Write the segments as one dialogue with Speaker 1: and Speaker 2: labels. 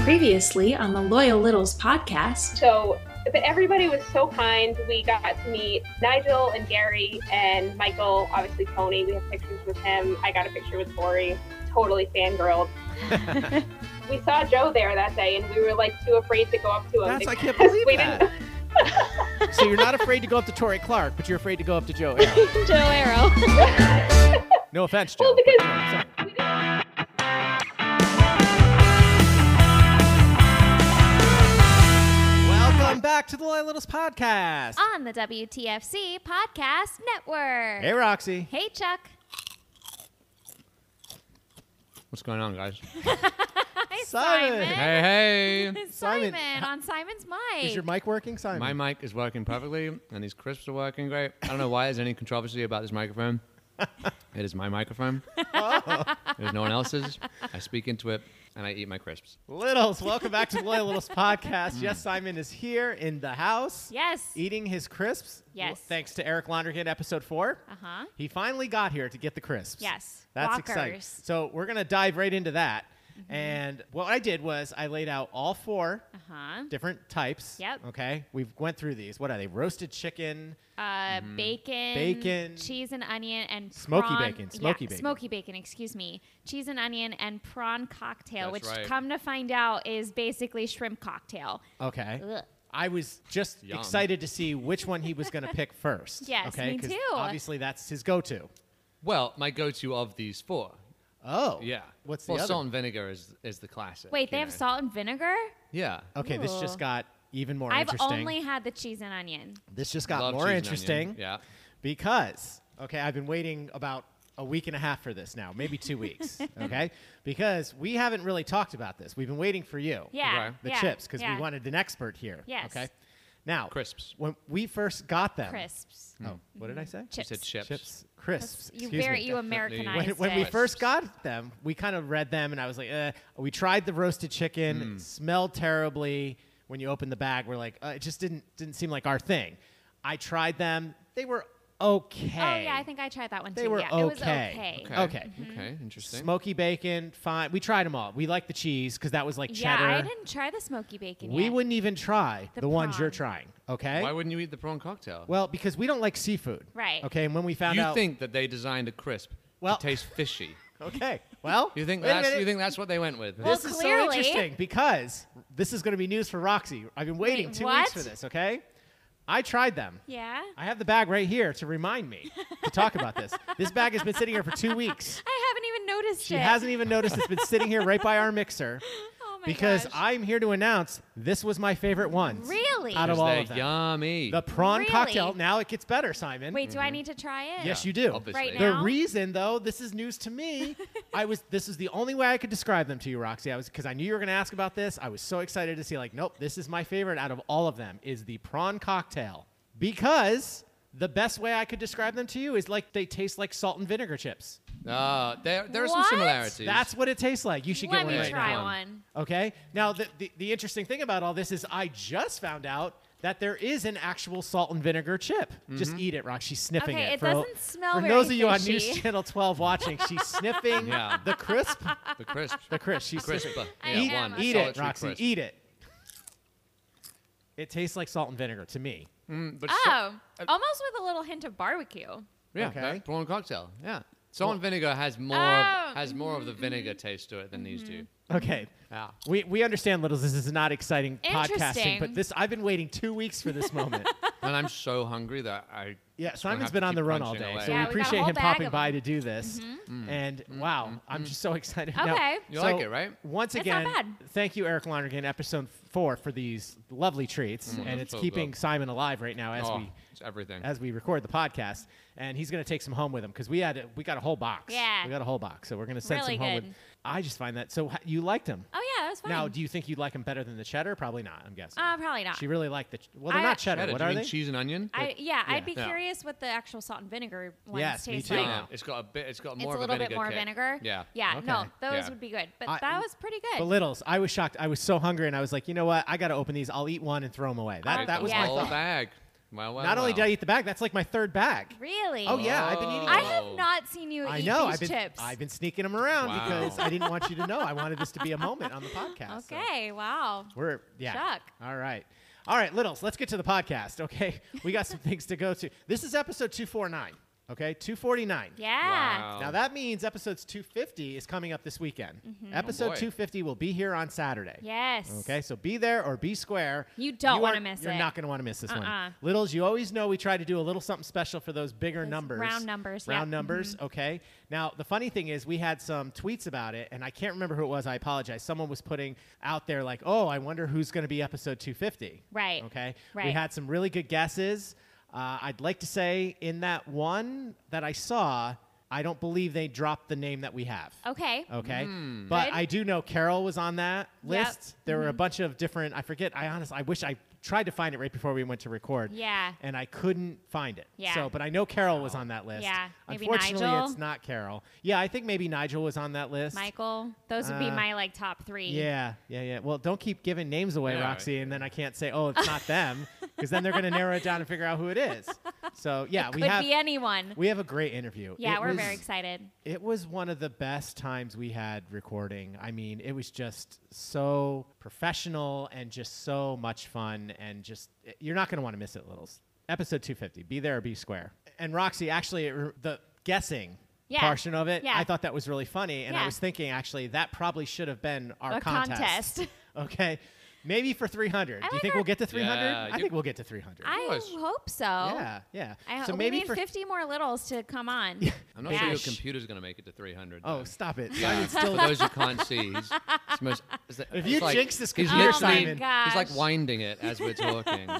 Speaker 1: previously on the Loyal Littles podcast.
Speaker 2: So, but everybody was so kind. We got to meet Nigel and Gary and Michael, obviously Tony. We have pictures with him. I got a picture with Tori. Totally fangirled. we saw Joe there that day, and we were like too afraid to go up to him.
Speaker 3: That's, I can't
Speaker 2: because
Speaker 3: believe
Speaker 2: we
Speaker 3: that.
Speaker 2: Didn't,
Speaker 3: so you're not afraid to go up to Tori Clark, but you're afraid to go up to Joe. Aaron.
Speaker 4: Joe Arrow.
Speaker 3: No offense, Joe.
Speaker 2: well, because
Speaker 3: Sorry.
Speaker 2: we didn't,
Speaker 3: Welcome back to the Loyal Littles podcast.
Speaker 4: on the WTFC Podcast Network.
Speaker 3: Hey, Roxy.
Speaker 4: Hey, Chuck.
Speaker 5: What's going on, guys?
Speaker 3: Simon.
Speaker 4: Hi, Simon.
Speaker 5: Hey, hey.
Speaker 4: Simon,
Speaker 3: Simon.
Speaker 4: on Simon's mic.
Speaker 3: Is your mic working, Simon?
Speaker 5: My mic is working perfectly, and these crisps are working great. I don't know why there's any controversy about this microphone. It is my microphone.
Speaker 3: Oh.
Speaker 5: There's no one else's. I speak into it, and I eat my crisps.
Speaker 3: Littles, welcome back to the Loyal Littles podcast. Yes, Simon is here in the house.
Speaker 4: Yes.
Speaker 3: Eating his crisps.
Speaker 4: Yes.
Speaker 3: Thanks to Eric Londergan, episode four.
Speaker 2: Uh,
Speaker 4: Uh-huh.
Speaker 3: He finally got here to get the crisps.
Speaker 4: Yes.
Speaker 3: That's exciting.
Speaker 4: Walkers.
Speaker 3: So we're going to dive right into that.
Speaker 4: Mm-hmm.
Speaker 3: And what I did was I laid out all four
Speaker 4: Uh-huh.
Speaker 3: different types.
Speaker 4: Yep.
Speaker 3: Okay. We've went through these. What are they? Roasted chicken.
Speaker 4: Uh, Bacon,
Speaker 3: Mm-hmm. Bacon.
Speaker 4: cheese and onion, and
Speaker 3: Smoky
Speaker 4: prawn-
Speaker 3: bacon, smoky
Speaker 4: yeah,
Speaker 3: bacon.
Speaker 4: smoky bacon. Excuse me, cheese and onion and prawn cocktail,
Speaker 5: That's
Speaker 4: which
Speaker 5: right.
Speaker 4: come to find out is basically shrimp cocktail.
Speaker 3: Okay.
Speaker 4: Ugh.
Speaker 3: I was just
Speaker 5: Yum.
Speaker 3: excited to see which one he was going to pick first.
Speaker 4: Yes,
Speaker 3: okay?
Speaker 4: me
Speaker 3: 'Cause
Speaker 4: too.
Speaker 3: Obviously, that's his go-to.
Speaker 5: Well, my go-to of these four.
Speaker 3: Oh.
Speaker 5: Yeah.
Speaker 3: What's
Speaker 5: well,
Speaker 3: the other?
Speaker 5: salt and vinegar is is the classic.
Speaker 4: Wait,
Speaker 5: you
Speaker 4: they have
Speaker 5: know.
Speaker 4: salt and vinegar.
Speaker 5: Yeah.
Speaker 3: Okay, this just
Speaker 4: Ooh.
Speaker 3: got even more
Speaker 4: I've
Speaker 3: interesting.
Speaker 4: only had the cheese and onion.
Speaker 3: this just got
Speaker 5: Love
Speaker 3: more
Speaker 5: cheese and
Speaker 3: interesting.
Speaker 5: onion. Yeah.
Speaker 3: Because, okay, I've been waiting about a week and a half for this now, maybe two weeks, okay? Because we haven't really talked about this. We've been waiting for you.
Speaker 4: Yeah,
Speaker 5: Okay.
Speaker 3: The
Speaker 4: yeah,
Speaker 3: chips, because
Speaker 4: yeah.
Speaker 3: we wanted an expert here.
Speaker 4: Yes.
Speaker 3: Okay. Now,
Speaker 5: Crisps.
Speaker 3: When we first got them,
Speaker 4: crisps.
Speaker 3: Oh, what did I say?
Speaker 4: Chips.
Speaker 5: You said chips.
Speaker 3: Chips, crisps.
Speaker 4: You
Speaker 3: excuse
Speaker 4: very
Speaker 3: me.
Speaker 4: you
Speaker 5: Definitely.
Speaker 4: Americanized
Speaker 3: when,
Speaker 4: it.
Speaker 3: when we
Speaker 5: it.
Speaker 3: first got them, we kind of read them, and I was like, uh, we tried the roasted chicken,
Speaker 5: Mm.
Speaker 3: it smelled terribly. When you opened the bag, we're like, uh, it just didn't didn't seem like our thing. I tried them; they were okay.
Speaker 4: Oh yeah, I think I tried that one
Speaker 3: they
Speaker 4: too.
Speaker 3: were
Speaker 4: yeah,
Speaker 3: okay.
Speaker 4: it was okay. Mm-hmm.
Speaker 5: Okay.
Speaker 3: Okay.
Speaker 5: Okay. Interesting.
Speaker 3: Smoky bacon, fine. We tried them all. We liked the cheese because that was like
Speaker 4: Yeah,
Speaker 3: cheddar.
Speaker 4: I didn't try the smoky bacon.
Speaker 3: we
Speaker 4: yet.
Speaker 3: wouldn't even try the,
Speaker 4: The
Speaker 3: ones you're
Speaker 4: prawn.
Speaker 3: trying. Okay.
Speaker 5: Why wouldn't you eat the prawn cocktail?
Speaker 3: well, because we don't like seafood.
Speaker 4: Right.
Speaker 3: Okay. And when we found
Speaker 5: you
Speaker 3: out,
Speaker 5: think that they designed a crisp
Speaker 3: Well-
Speaker 5: to taste fishy?
Speaker 3: okay. Well,
Speaker 5: You think
Speaker 3: wait a
Speaker 5: that's
Speaker 3: minute.
Speaker 5: you think that's what they went with?
Speaker 4: Well,
Speaker 3: this is so
Speaker 4: clearly.
Speaker 3: interesting because this is going to be news for Roxy. I've been waiting
Speaker 4: Wait,
Speaker 3: two
Speaker 4: what?
Speaker 3: weeks for this, okay? I tried them.
Speaker 4: Yeah.
Speaker 3: I have the bag right here to remind me to talk about this. This bag has been sitting here for two weeks.
Speaker 4: I haven't even noticed
Speaker 3: She
Speaker 4: it.
Speaker 3: hasn't even noticed it's been sitting here right by our mixer
Speaker 4: Oh my
Speaker 3: because
Speaker 4: gosh.
Speaker 3: I'm here to announce this was my favorite one.
Speaker 4: Really?
Speaker 3: Out of
Speaker 5: 'Cause
Speaker 3: all
Speaker 5: they're
Speaker 3: of them.
Speaker 5: Yummy.
Speaker 3: The prawn
Speaker 4: Really?
Speaker 3: cocktail. Now it gets better, Simon.
Speaker 4: Wait, do I need to try it?
Speaker 3: Yes, you do.
Speaker 5: Mm-hmm. Obviously.
Speaker 4: Right
Speaker 3: The
Speaker 4: now?
Speaker 3: reason, though, this is news to me. I was. This is the only way I could describe them to you, Roxy. I was because I knew you were going to ask about this. I was so excited to see. Like, nope, this is my favorite out of all of them. Is the prawn cocktail because the best way I could describe them to you is like they taste like salt and vinegar chips.
Speaker 5: Ah, there, there are some
Speaker 4: What?
Speaker 5: similarities.
Speaker 3: That's what it tastes like. You should
Speaker 4: Let
Speaker 3: get
Speaker 4: me
Speaker 3: one right
Speaker 4: try
Speaker 3: now.
Speaker 4: one.
Speaker 3: Okay. Now, the, the the interesting thing about all this is I just found out. That there is an actual salt and vinegar chip.
Speaker 5: Mm-hmm.
Speaker 3: Just eat it, Roxy. She's sniffing
Speaker 4: Okay,
Speaker 3: it.
Speaker 4: it doesn't smell
Speaker 3: For
Speaker 4: very
Speaker 3: those of you on
Speaker 4: fishy.
Speaker 3: News Channel 12 watching, she's sniffing
Speaker 5: Yeah.
Speaker 3: the crisp.
Speaker 5: the crisp.
Speaker 3: The crisp. She's
Speaker 5: crisp.
Speaker 3: sniffing.
Speaker 4: I
Speaker 5: Yeah,
Speaker 3: eat
Speaker 4: am
Speaker 5: one.
Speaker 4: a
Speaker 3: eat it,
Speaker 5: solitary
Speaker 3: Roxy.
Speaker 5: crisp.
Speaker 3: Eat it. It tastes like salt and vinegar to me.
Speaker 5: Mm, but so-
Speaker 4: Oh, almost with a little hint of barbecue. Oh,
Speaker 5: yeah,
Speaker 3: Okay.
Speaker 5: that prawn cocktail. Yeah. Salt and vinegar has more
Speaker 4: Oh, Mm-hmm.
Speaker 5: has more of the vinegar taste to it than these do.
Speaker 3: Okay.
Speaker 5: Yeah.
Speaker 3: We, we understand, Littles, this is not exciting podcasting,
Speaker 4: Interesting.
Speaker 3: but this I've been waiting two weeks for this moment.
Speaker 5: And I'm so hungry that I
Speaker 3: yeah,
Speaker 5: have
Speaker 3: Simon's
Speaker 5: to
Speaker 3: been on
Speaker 5: keep
Speaker 3: the run all
Speaker 5: punching
Speaker 3: day,
Speaker 5: away. Mm.
Speaker 3: so we
Speaker 4: Yeah, we got a
Speaker 3: appreciate
Speaker 4: whole
Speaker 3: him
Speaker 4: bag
Speaker 3: popping
Speaker 4: of
Speaker 3: by to
Speaker 4: them. Mm-hmm.
Speaker 3: do this. And wow, I'm just so excited. Now,
Speaker 4: Okay.
Speaker 5: You
Speaker 3: so
Speaker 5: like it, right?
Speaker 3: Once
Speaker 4: It's not
Speaker 3: again,
Speaker 4: bad.
Speaker 3: thank you, Eric Lonergan, episode four, for these lovely treats. And it's
Speaker 5: Mm-hmm. so
Speaker 3: keeping
Speaker 5: good.
Speaker 3: Simon alive right now as
Speaker 5: oh,
Speaker 3: we
Speaker 5: it's everything.
Speaker 3: as we record the podcast, and he's going to take some home with him because we had a, we got a whole box.
Speaker 4: Yeah.
Speaker 3: we got a whole box, so we're going to send
Speaker 4: Really
Speaker 3: some home
Speaker 4: good.
Speaker 3: with. I just find that so h- you liked him.
Speaker 4: Oh yeah, that was fine.
Speaker 3: Now, do you think you'd like him better than the cheddar? Probably not. I'm guessing.
Speaker 4: uh, probably not.
Speaker 3: she really liked the. Ch- well, they're
Speaker 4: I-
Speaker 3: not cheddar.
Speaker 5: Cheddar,
Speaker 3: What
Speaker 5: do you
Speaker 3: are
Speaker 5: mean
Speaker 3: they?
Speaker 5: cheese and onion?
Speaker 4: I yeah, I'd be
Speaker 5: Yeah.
Speaker 4: curious what the actual salt and vinegar ones
Speaker 3: Yes, me
Speaker 4: taste
Speaker 3: too.
Speaker 4: like.
Speaker 3: Yeah.
Speaker 5: No, it's got a bit it's got
Speaker 4: It's a
Speaker 5: more of
Speaker 4: little
Speaker 5: vinegar
Speaker 4: bit more
Speaker 5: kick.
Speaker 4: vinegar.
Speaker 5: Yeah.
Speaker 4: Yeah.
Speaker 3: Okay.
Speaker 4: No, those
Speaker 5: Yeah.
Speaker 4: would be good. But
Speaker 3: I-
Speaker 4: that was pretty good.
Speaker 3: But littles, I was shocked. I was so hungry, and I was like, you know what? I got to open these. I'll eat one and throw them away. That
Speaker 5: It's
Speaker 3: that was
Speaker 4: yeah.
Speaker 3: my
Speaker 5: all
Speaker 3: thought.
Speaker 5: bag. Wow, wow,
Speaker 3: Not only
Speaker 5: wow.
Speaker 3: did I eat the bag, that's like my third bag.
Speaker 4: Really?
Speaker 3: Oh yeah, I've been eating.
Speaker 4: I
Speaker 3: them.
Speaker 4: have
Speaker 5: Oh.
Speaker 4: not seen you
Speaker 3: I
Speaker 4: eat
Speaker 3: know.
Speaker 4: these
Speaker 3: I've been
Speaker 4: chips.
Speaker 3: I've been sneaking them around
Speaker 5: Wow.
Speaker 3: because I didn't want you to know. I wanted this to be a moment on the podcast. so
Speaker 4: okay. Wow.
Speaker 3: we're yeah.
Speaker 4: Chuck.
Speaker 3: All right. All right, Littles, let's get to the podcast. Okay. We got some things to go to. This is episode 249. Okay. 249.
Speaker 4: Yeah.
Speaker 5: Wow.
Speaker 3: Now that means episodes 250 is coming up this weekend. Episode
Speaker 5: Oh, boy.
Speaker 3: 250 will be here on Saturday.
Speaker 4: Yes.
Speaker 3: Okay, so be there or be square.
Speaker 4: You don't
Speaker 3: are-
Speaker 4: wanna miss
Speaker 3: You're
Speaker 4: it.
Speaker 3: not going to want to miss this
Speaker 4: Uh-uh.
Speaker 3: one. Littles, you always know we try to do a little something special for those bigger
Speaker 4: Those
Speaker 3: numbers.
Speaker 4: round numbers, Mm-hmm.
Speaker 3: Round
Speaker 4: yeah.
Speaker 3: numbers, okay. Now, the funny thing is, we had some tweets about it, and I can't remember who it was. I apologize. Someone was putting out there, like, oh, I wonder who's going to be episode 250.
Speaker 4: Right.
Speaker 3: Okay. We
Speaker 4: Right.
Speaker 3: had some really good guesses. Uh, I'd like to say in that one that I saw, I don't believe they dropped the name that we have.
Speaker 4: Okay.
Speaker 3: Okay. But
Speaker 4: Good.
Speaker 3: I do know Carol was on that
Speaker 4: Yep. Mm-hmm.
Speaker 3: list. There were a bunch of different, I forget, I honestly, I wish I tried to find it right before we went to record.
Speaker 4: Yeah.
Speaker 3: And I couldn't find it.
Speaker 4: Yeah. Oh.
Speaker 3: So, but I know Carol was on that list.
Speaker 4: Yeah. Maybe
Speaker 3: Unfortunately,
Speaker 4: Nigel?
Speaker 3: it's not Carol. Yeah. I think maybe Nigel was on that list.
Speaker 4: Michael, those would be
Speaker 3: Uh,
Speaker 4: my like top three.
Speaker 3: Yeah. Yeah. Yeah. Well, don't keep giving names away,
Speaker 5: Yeah, right.
Speaker 3: Roxy. And then I can't say, oh, it's not them because then they're going to narrow it down and figure out who it is. So, yeah, we
Speaker 4: Could
Speaker 3: have.
Speaker 4: be anyone.
Speaker 3: we have a great interview.
Speaker 4: Yeah,
Speaker 3: It
Speaker 4: we're
Speaker 3: was-
Speaker 4: very excited.
Speaker 3: it was one of the best times we had recording. I mean, it was just so professional and just so much fun. And just, you're not going to want to miss it, Littles. Episode 250, be there or be square. And Roxy, actually, it, the guessing
Speaker 4: Yeah.
Speaker 3: portion of it,
Speaker 4: Yeah.
Speaker 3: I thought that was really funny. And I
Speaker 4: Yeah.
Speaker 3: was thinking, actually, that probably should have been our
Speaker 4: A
Speaker 3: contest.
Speaker 4: contest.
Speaker 3: okay. Maybe for 300. Do
Speaker 4: I
Speaker 3: you
Speaker 4: like
Speaker 3: think
Speaker 4: our-
Speaker 3: we'll get to 300?
Speaker 5: Yeah,
Speaker 3: I
Speaker 5: you-
Speaker 3: think we'll get to 300.
Speaker 4: I
Speaker 5: was-
Speaker 4: hope so.
Speaker 3: yeah, yeah.
Speaker 4: I hope
Speaker 3: so
Speaker 4: we
Speaker 3: maybe
Speaker 4: need
Speaker 3: for
Speaker 4: 50 more littles to come on.
Speaker 5: I'm not sure your
Speaker 4: Dash.
Speaker 5: computer's going to make it to 300.
Speaker 3: Oh,
Speaker 5: though.
Speaker 3: stop it.
Speaker 5: Yeah,
Speaker 3: Simon's still
Speaker 5: for those who can't see, he's, it's most, it's the-
Speaker 3: If
Speaker 5: it's
Speaker 3: you
Speaker 5: like,
Speaker 3: jinx this
Speaker 5: he's
Speaker 3: computer,
Speaker 4: Oh my
Speaker 5: literally-
Speaker 4: gosh.
Speaker 5: He's like winding it as we're talking.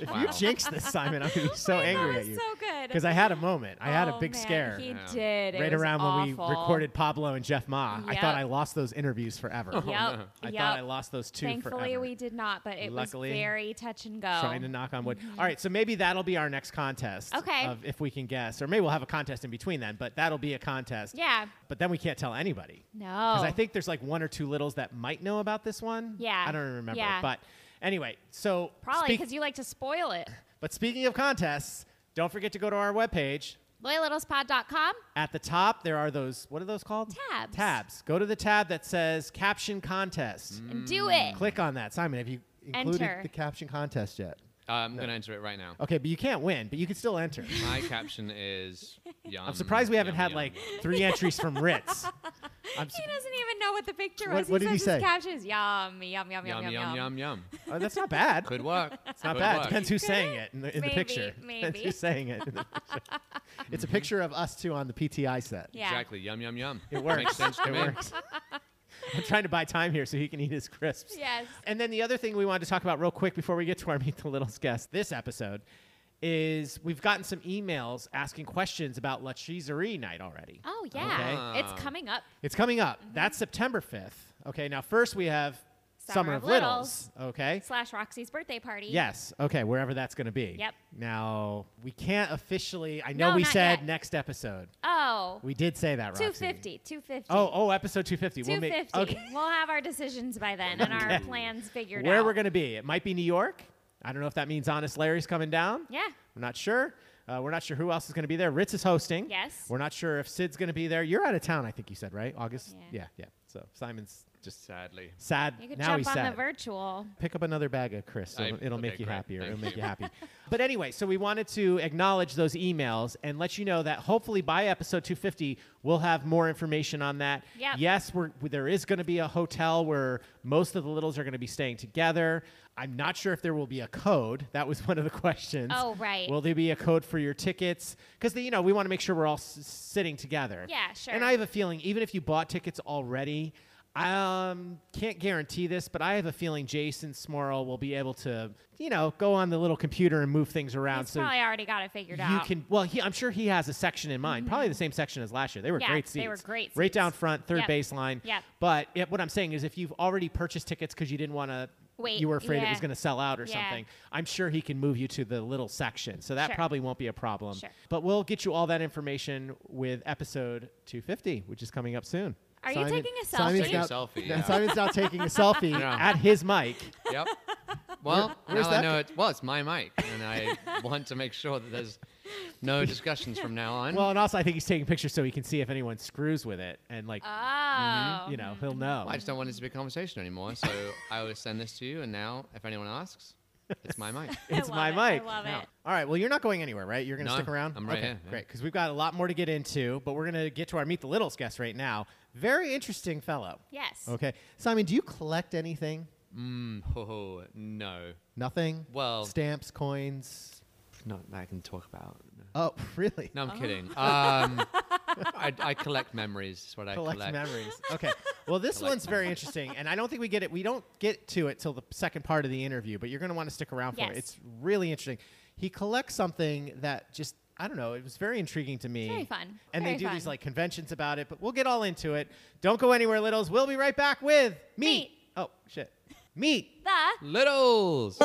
Speaker 3: If
Speaker 5: wow.
Speaker 3: you jinx this, Simon, I'm gonna be so
Speaker 4: Oh my
Speaker 3: angry
Speaker 4: God,
Speaker 3: at you.
Speaker 4: So good.
Speaker 3: Because I had a moment. I had a
Speaker 4: Oh,
Speaker 3: big
Speaker 4: man,
Speaker 3: scare
Speaker 4: He
Speaker 5: Yeah.
Speaker 4: did. It
Speaker 3: right
Speaker 4: was
Speaker 3: around
Speaker 4: awful.
Speaker 3: when we recorded Pablo and Jeff Ma. I
Speaker 4: Yep.
Speaker 3: thought I lost those interviews forever.
Speaker 4: Yep.
Speaker 5: no.
Speaker 3: I
Speaker 4: yep.
Speaker 3: thought I lost those two
Speaker 4: Thankfully,
Speaker 3: forever.
Speaker 4: we did not, but it
Speaker 3: Luckily,
Speaker 4: was very touch and go.
Speaker 3: Trying to knock on wood. All right, so maybe that'll be our next contest.
Speaker 4: Mm-hmm. Okay.
Speaker 3: Of if we can guess, or maybe we'll have a contest in between then. But that'll be a contest.
Speaker 4: yeah.
Speaker 3: But then we can't tell anybody.
Speaker 4: No.
Speaker 3: Because I think there's like one or two littles that might know about this one.
Speaker 4: Yeah.
Speaker 3: I don't remember.
Speaker 4: Yeah.
Speaker 3: But anyway, so
Speaker 4: Probably
Speaker 3: speak-
Speaker 4: because you like to spoil it.
Speaker 3: But speaking of contests, don't forget to go to our webpage,
Speaker 4: LoyalLittlesPod.com.
Speaker 3: At the top, there are those, what are those called?
Speaker 4: Tabs.
Speaker 3: Tabs. Go to the tab that says Caption Contest.
Speaker 4: and do
Speaker 5: Mm.
Speaker 4: it.
Speaker 3: Click on that. Simon, have you included
Speaker 4: Enter.
Speaker 3: the caption contest yet?
Speaker 5: Uh, I'm going to enter it right now.
Speaker 3: Okay, but you can't win, but you can still enter.
Speaker 5: My caption is yum.
Speaker 3: I'm surprised we haven't
Speaker 5: yum,
Speaker 3: had
Speaker 5: yum.
Speaker 3: like three entries from Ritz. I'm s-
Speaker 4: He doesn't even know what the picture
Speaker 3: What-
Speaker 4: was.
Speaker 3: what did he
Speaker 4: he says
Speaker 3: say?
Speaker 4: his caption is yum, yum, yum, yum,
Speaker 5: yum yum yum yum. yum.
Speaker 3: oh, that's not bad.
Speaker 5: Could work.
Speaker 3: It's not bad. Depends who's saying it in the, in
Speaker 4: Maybe,
Speaker 3: the picture. Depends
Speaker 4: maybe.
Speaker 3: who's saying it. in the picture. it's a picture of us two on the PTI set.
Speaker 4: Yeah.
Speaker 5: Exactly. Yum yum yum.
Speaker 3: It works.
Speaker 5: Makes sense to
Speaker 3: it
Speaker 5: me.
Speaker 3: works. I'm trying to buy time here so he can eat his crisps.
Speaker 4: Yes.
Speaker 3: And then the other thing we wanted to talk about real quick before we get to our Meet the Littles guest this episode is we've gotten some emails asking questions about La Cheeserie night already.
Speaker 4: Oh yeah,
Speaker 5: Okay.
Speaker 4: it's coming up.
Speaker 3: It's coming up.
Speaker 4: Mm-hmm.
Speaker 3: That's September 5th. Okay, now first we have Summer, of Littles. Okay.
Speaker 4: Slash Roxy's birthday party.
Speaker 3: Yes. Okay. Wherever that's going to be.
Speaker 4: Yep.
Speaker 3: Now we can't officially. I know
Speaker 4: No,
Speaker 3: we
Speaker 4: not
Speaker 3: said
Speaker 4: yet.
Speaker 3: next episode.
Speaker 4: Oh.
Speaker 3: We did say that, Roxy.
Speaker 4: 250. 250.
Speaker 3: Oh, oh, episode 250. We'll make-
Speaker 4: 250.
Speaker 3: okay.
Speaker 4: We'll have our decisions by then and our
Speaker 3: Okay.
Speaker 4: plans figured
Speaker 3: where
Speaker 4: out.
Speaker 3: we're going to be. It might be New York. I don't know if that means Honest Larry's coming down.
Speaker 4: Yeah.
Speaker 3: We're not sure. Uh, we're not sure who else is going to be there. Ritz is hosting.
Speaker 4: Yes.
Speaker 3: We're not sure if Sid's going to be there. You're out of town, I think you said, right? August?
Speaker 4: Yeah.
Speaker 3: yeah. So Simon's just
Speaker 5: Sadly.
Speaker 3: sad.
Speaker 4: You could
Speaker 3: now
Speaker 4: jump
Speaker 3: he's
Speaker 4: on
Speaker 3: sad.
Speaker 4: the virtual.
Speaker 3: Pick up another bag of crisps.
Speaker 5: I-
Speaker 3: It'll, it'll
Speaker 5: okay,
Speaker 3: make you
Speaker 5: great.
Speaker 3: happier.
Speaker 5: Thank
Speaker 3: it'll make you
Speaker 5: you.
Speaker 3: happy. But anyway, so we wanted to acknowledge those emails and let you know that hopefully by episode 250 we'll have more information on that.
Speaker 4: Yep.
Speaker 3: Yes, we're, there is going to be a hotel where most of the littles are going to be staying together. I'm not sure if there will be a code. That was one of the questions.
Speaker 4: Oh, right.
Speaker 3: Will there be a code for your tickets? Because you know we want to make sure we're all s- sitting together.
Speaker 4: Yeah, sure.
Speaker 3: And I have a feeling even if you bought tickets already, I um, can't guarantee this, but I have a feeling Jason Smorrell will be able to, you know, go on the little computer and move things around.
Speaker 4: He's
Speaker 3: so
Speaker 4: probably already got it figured
Speaker 3: you
Speaker 4: out. Mm-hmm.
Speaker 3: can. Well, he, I'm sure he has a section in mind, probably the same section as last year. They were
Speaker 4: Yeah,
Speaker 3: great seats.
Speaker 4: they were great
Speaker 3: Right
Speaker 4: seats.
Speaker 3: down front, third
Speaker 4: Yep.
Speaker 3: baseline.
Speaker 4: Yep.
Speaker 3: But it, what I'm saying is, if you've already purchased tickets because you didn't want to.
Speaker 4: Wait,
Speaker 3: you were afraid it
Speaker 4: yeah.
Speaker 3: was going to sell out or
Speaker 4: Yeah.
Speaker 3: something. I'm sure he can move you to the little section, so that
Speaker 4: Sure.
Speaker 3: probably won't be a problem.
Speaker 4: Sure.
Speaker 3: But we'll get you all that information with episode 250, which is coming up soon.
Speaker 4: Are you taking a
Speaker 5: Take
Speaker 4: selfie?
Speaker 5: a
Speaker 4: Now-
Speaker 5: selfie.
Speaker 6: Now,
Speaker 5: yeah.
Speaker 6: Simon's now taking a selfie.
Speaker 5: Yeah.
Speaker 3: At his mic,
Speaker 5: Yep. Well,
Speaker 3: where's
Speaker 5: now I
Speaker 3: that
Speaker 5: know it's well, it's my mic, and I want to make sure that there's no discussions from now on.
Speaker 3: Well, and also I think he's taking pictures so he can see if anyone screws with it, and like
Speaker 4: Oh.
Speaker 3: Mm-hmm,
Speaker 4: mm-hmm.
Speaker 3: you know he'll know.
Speaker 5: I just don't want it to be a conversation anymore, so I always send this to you, and now if anyone asks, it's my mic.
Speaker 4: I
Speaker 3: it's
Speaker 4: love
Speaker 3: my
Speaker 4: it. I
Speaker 3: mic.
Speaker 4: love
Speaker 5: No.
Speaker 4: it.
Speaker 3: All right. Well, you're not going anywhere, right? You're going to
Speaker 5: No,
Speaker 3: stick around?
Speaker 5: I'm right
Speaker 3: okay,
Speaker 5: here, yeah.
Speaker 3: Great. Because we've got a lot more to get into, but we're going to get to our Meet the Littles guest right now. Very interesting fellow.
Speaker 4: Yes.
Speaker 3: Okay. Simon, do you collect anything?
Speaker 5: Mm, oh, no,
Speaker 3: Nothing?
Speaker 5: Well-
Speaker 3: stamps, coins.
Speaker 5: not that I can talk about.
Speaker 3: Oh, really?
Speaker 5: No, I'm kidding. Um, I, I collect memories. Is what I
Speaker 3: Collect
Speaker 5: collect.
Speaker 3: memories. Okay. Well, this
Speaker 5: Collect
Speaker 3: one's very interesting, and I don't think we get it. We don't get to it till the second part of the interview, but you're going to want to stick around for it.
Speaker 4: Yes.
Speaker 3: It's really interesting. He collects something that just I don't know. It was very intriguing to me.
Speaker 4: very fun.
Speaker 3: And
Speaker 4: Very
Speaker 3: they do these
Speaker 4: fun.
Speaker 3: like conventions about it, but we'll get all into it. Don't go anywhere, littles. We'll be right back with meat.
Speaker 4: Meat.
Speaker 3: Oh shit, meat.
Speaker 4: The
Speaker 5: Littles.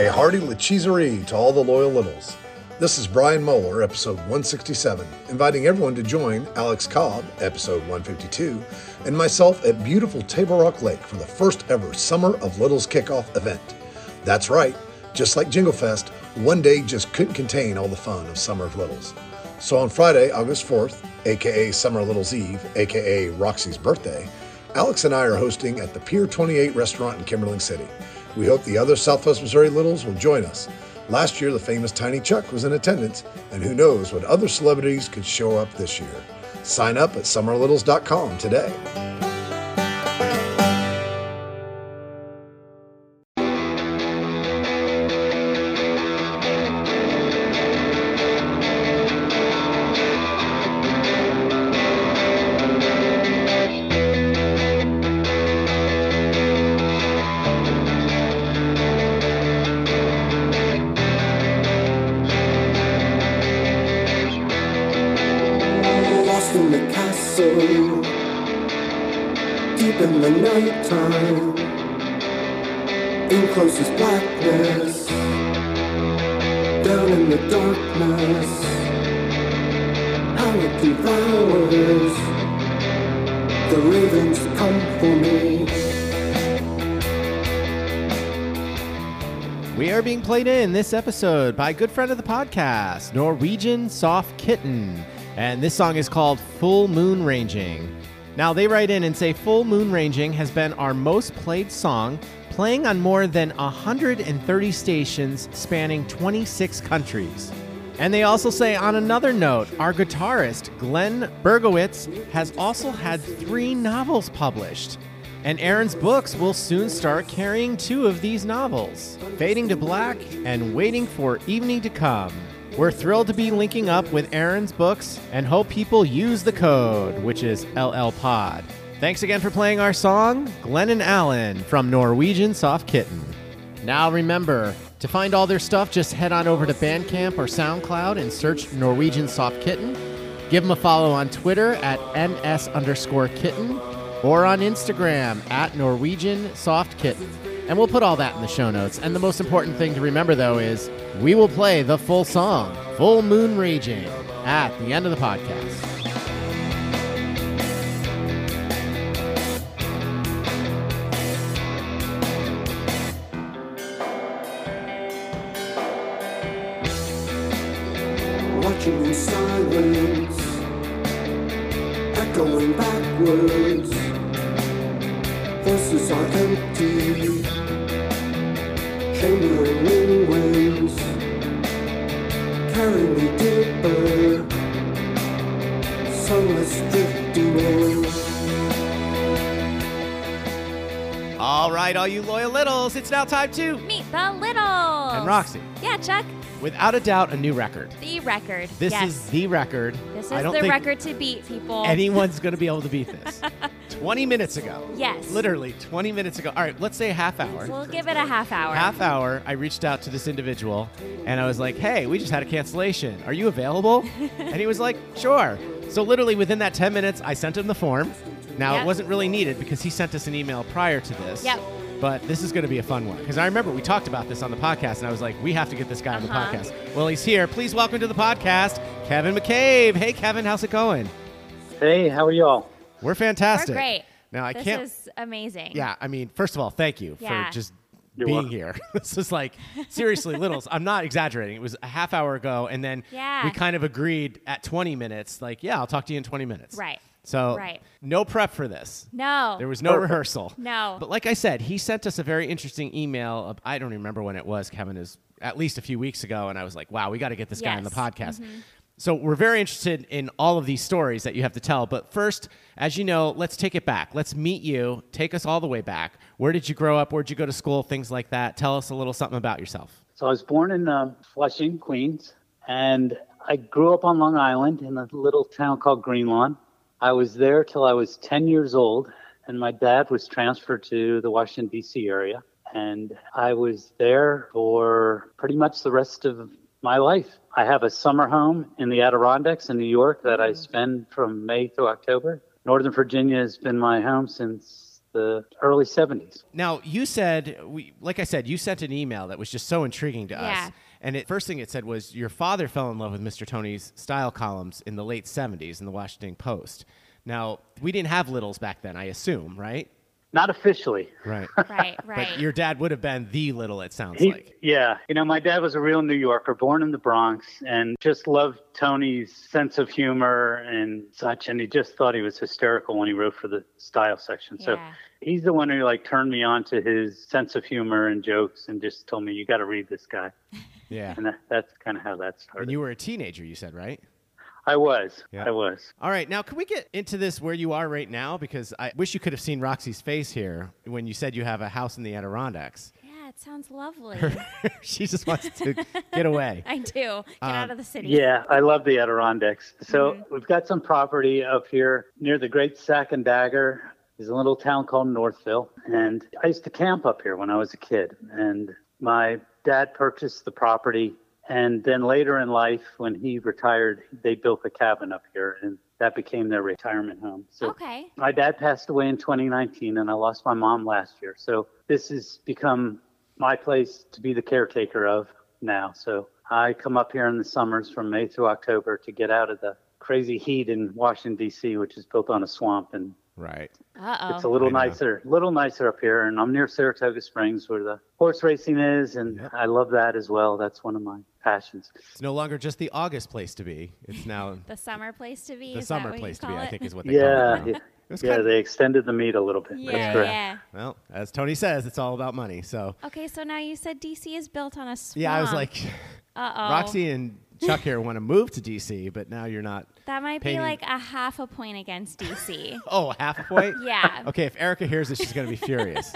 Speaker 6: A hearty lecheeserie to all the loyal littles. This is Brian Moeller, episode 167, inviting everyone to join Alex Cobb, episode 152, and myself at beautiful Table Rock Lake for the first ever Summer of Littles kickoff event. That's right, just like Jingle Fest, one day just couldn't contain all the fun of Summer of Littles. So on Friday, August 4th, aka Summer Littles Eve, aka Roxy's birthday, Alex and I are hosting at the Pier 28 restaurant in Kimberling City. We hope the other Southwest Missouri Littles will join us. Last year, the famous Tiny Chuck was in attendance, and who knows what other celebrities could show up this year. Sign up at summerlittles.com today.
Speaker 7: Lost in the castle, deep in the night time, in closest blackness, down in the darkness, how it devours. The ravens come for me.
Speaker 3: We are being played in this episode by a good friend of the podcast, Norwegian Soft Kitten. And this song is called Full Moon Ranging. Now, they write in and say Full Moon Ranging has been our most played song, playing on more than 130 stations spanning 26 countries. And they also say, on another note, our guitarist, Glenn Bergowitz, has also had three novels published. And Aaron's books will soon start carrying two of these novels Fading to Black and Waiting for Evening to Come. We're thrilled to be linking up with Aaron's books and hope people use the code, which is LLPOD. Thanks again for playing our song, Glenn and Allen from Norwegian Soft Kitten. Now remember, to find all their stuff, just head on over to Bandcamp or SoundCloud and search Norwegian Soft Kitten. Give them a follow on Twitter at ns underscore kitten or on Instagram at Norwegian Soft Kitten. And we'll put all that in the show notes. And the most important thing to remember, though, is we will play the full song, Full Moon Raging, at the end of the podcast.
Speaker 7: watching in silence, echoing backwards. Voices are empty, chambering windwinds. Carry me deeper, sunless drifting in.
Speaker 3: All right, all you loyal littles, it's now time to,
Speaker 4: Meet the Littles.
Speaker 3: And Roxy.
Speaker 4: Yeah, Chuck.
Speaker 3: without a doubt, a new record.
Speaker 4: The record.
Speaker 3: This
Speaker 4: yes.
Speaker 3: is the record.
Speaker 4: This is
Speaker 3: I don't
Speaker 4: the
Speaker 3: think-
Speaker 4: record to beat, people.
Speaker 3: anyone's going to be able to beat this. 20 minutes ago.
Speaker 4: Yes.
Speaker 3: Literally 20 minutes ago. All right, let's say half hour.
Speaker 4: We'll give it a half hour.
Speaker 3: Half hour, I reached out to this individual and I was like, hey, we just had a cancellation. Are you available? and he was like, sure. So, literally within that 10 minutes, I sent him the form. Now, it
Speaker 4: Yep.
Speaker 3: wasn't really needed because he sent us an email prior to this.
Speaker 4: Yep.
Speaker 3: But this is going to be a fun one because I remember we talked about this on the podcast and I was like, we have to get this guy
Speaker 4: Uh-huh.
Speaker 3: on the podcast. Well, he's here. Please welcome to the podcast, Kevin McCabe. Hey, Kevin, how's it going?
Speaker 8: Hey, how are y'all?
Speaker 3: We're fantastic.
Speaker 4: We're great.
Speaker 3: Now I
Speaker 4: This
Speaker 3: can't.
Speaker 4: is amazing.
Speaker 3: yeah, I mean, first of all, thank you
Speaker 4: Yeah.
Speaker 3: for just
Speaker 8: You're
Speaker 3: being
Speaker 8: welcome.
Speaker 3: here. this is like seriously, Littles. I'm not exaggerating. It was a half hour ago, and then
Speaker 4: Yeah.
Speaker 3: we kind of agreed at 20 minutes. Like, yeah, I'll talk to you in 20 minutes.
Speaker 4: Right.
Speaker 3: So
Speaker 4: Right.
Speaker 3: no prep for this.
Speaker 4: No.
Speaker 3: There was no rehearsal.
Speaker 4: No.
Speaker 3: But like I said, he sent us a very interesting email. Of, I don't remember when it was. Kevin is at least a few weeks ago, and I was like, "Wow, we got to get this guy on the
Speaker 4: Yes. Mm-hmm.
Speaker 3: podcast." So we're very interested in all of these stories that you have to tell. But first, as you know, let's take it back. Let's meet you. Take us all the way back. Where did you grow up? Where'd you go to school? Things like that. Tell us a little something about yourself.
Speaker 8: So I was born in um, Flushing, Queens, and I grew up on Long Island in a little town called Greenlawn. I was there till I was 10 years old, and my dad was transferred to the Washington, D.C. area. And I was there for pretty much the rest of my life. I have a summer home in the Adirondacks in New York that I spend from May through October. Northern Virginia has been my home since the early 70s.
Speaker 3: Now, you said, we, like I said, you sent an email that was just so intriguing to
Speaker 4: Yeah.
Speaker 3: us. And the first thing it said was your father fell in love with Mr. Tony's style columns in the late 70s in the Washington Post. Now, we didn't have littles back then, I assume, right?
Speaker 8: Not officially,
Speaker 3: Right.
Speaker 4: right. Right.
Speaker 3: But your dad would have been the little, it sounds
Speaker 8: He-
Speaker 3: like.
Speaker 8: Yeah. You know, my dad was a real New Yorker, born in the Bronx, and just loved Tony's sense of humor and such. And he just thought he was hysterical when he wrote for the style section. So
Speaker 4: Yeah.
Speaker 8: he's the one who, like, turned me on to his sense of humor and jokes and just told me, you got to read this guy.
Speaker 3: Yeah.
Speaker 8: And that, that's kind of how that
Speaker 3: When
Speaker 8: started.
Speaker 3: you were a teenager, you said, right?
Speaker 8: I was.
Speaker 3: Yeah.
Speaker 8: I was.
Speaker 3: All right, now can we get into this where you are right now? Because I wish you could have seen Roxy's face here when you said you have a house in the Adirondacks.
Speaker 4: yeah. It sounds lovely.
Speaker 3: she just wants to get away.
Speaker 4: I do. Get
Speaker 3: Um,
Speaker 4: out of the city.
Speaker 8: Yeah, I love the Adirondacks. So we've got some property up here near the Great Sack and Dagger. There's a little town called Northville, and I used to camp up here when I was a kid. And my dad purchased the property, and then later in life, when he retired, they built a cabin up here, and that became their retirement home. So
Speaker 4: Okay.
Speaker 8: my dad passed away in 2019, and I lost my mom last year. So this has become my place to be the caretaker of now. So I come up here in the summers from May through October to get out of the crazy heat in Washington D.C., which is built on a swamp, and
Speaker 3: Right.
Speaker 4: Uh
Speaker 8: it's a
Speaker 4: oh.
Speaker 8: little
Speaker 3: I know.
Speaker 8: nicer, little nicer up here. And I'm near Saratoga Springs, where the horse racing is, and
Speaker 3: Yep.
Speaker 8: I love that as well. That's one of my passions.
Speaker 3: It's no longer just the August place to be. It's now
Speaker 4: The summer place to be.
Speaker 3: the
Speaker 4: is that
Speaker 3: summer
Speaker 4: what you
Speaker 3: place to be,
Speaker 4: call
Speaker 3: I
Speaker 4: it?
Speaker 3: think is what they
Speaker 8: Yeah,
Speaker 3: call it.
Speaker 8: yeah,
Speaker 3: now. It's
Speaker 8: yeah,
Speaker 3: kind of-
Speaker 8: they extended the meat a little bit. That's
Speaker 4: Yeah.
Speaker 8: correct.
Speaker 4: Yeah.
Speaker 3: well, as Tony says, it's all about money. So,
Speaker 4: Okay. So now you said DC is built on a swamp.
Speaker 3: yeah, I was like,
Speaker 4: Uh oh.
Speaker 3: Roxy and Chuck here want to move to DC, but now you're not.
Speaker 4: That might
Speaker 3: painting-
Speaker 4: be like a half a point against DC.
Speaker 3: Oh, half a point?
Speaker 4: yeah.
Speaker 3: Okay, if Erica hears this, she's going to be furious.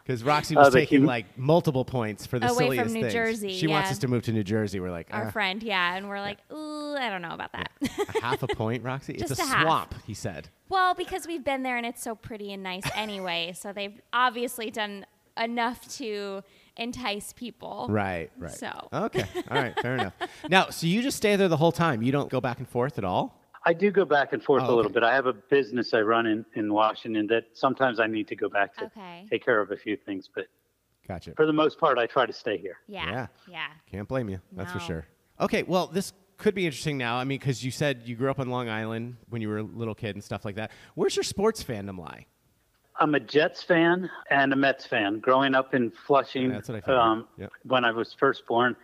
Speaker 3: Because Roxy
Speaker 8: Oh,
Speaker 3: was
Speaker 8: the
Speaker 3: taking
Speaker 8: hum-
Speaker 3: like multiple points for the
Speaker 4: Away from
Speaker 3: silliest
Speaker 4: New
Speaker 3: things.
Speaker 4: Jersey,
Speaker 3: She wants
Speaker 4: yeah.
Speaker 3: us to move to New Jersey. We're like,
Speaker 4: Our
Speaker 3: uh,
Speaker 4: friend, yeah, and we're like, ooh, I don't know about that.
Speaker 3: a half a point, Roxy? it's
Speaker 4: Just
Speaker 3: a,
Speaker 4: a half.
Speaker 3: swamp, he said.
Speaker 4: well, because we've been there and it's so pretty and nice anyway, so they've obviously done enough to entice people.
Speaker 3: Right, right.
Speaker 4: So.
Speaker 3: Okay, all right, fair enough. Now, so you just stay there the whole time. You don't go back and forth at all?
Speaker 8: I do go back and forth
Speaker 3: Oh,
Speaker 8: a little
Speaker 3: okay.
Speaker 8: bit. I have a business I run in, in Washington that sometimes I need to go back to
Speaker 4: Okay.
Speaker 8: take care of a few things, but
Speaker 3: Gotcha.
Speaker 8: for the most part, I try to stay here.
Speaker 4: Yeah.
Speaker 3: Yeah.
Speaker 4: Yeah.
Speaker 3: Can't blame you. That's for
Speaker 4: No.
Speaker 3: sure. Okay, well, this could be interesting now. I mean, because you said you grew up on Long Island when you were a little kid and stuff like that. Where's your sports fandom lie?
Speaker 8: I'm a Jets fan and a Mets fan. Growing up in Flushing, um,
Speaker 3: Yeah, that's what I figured. Yep.
Speaker 8: when I was first born,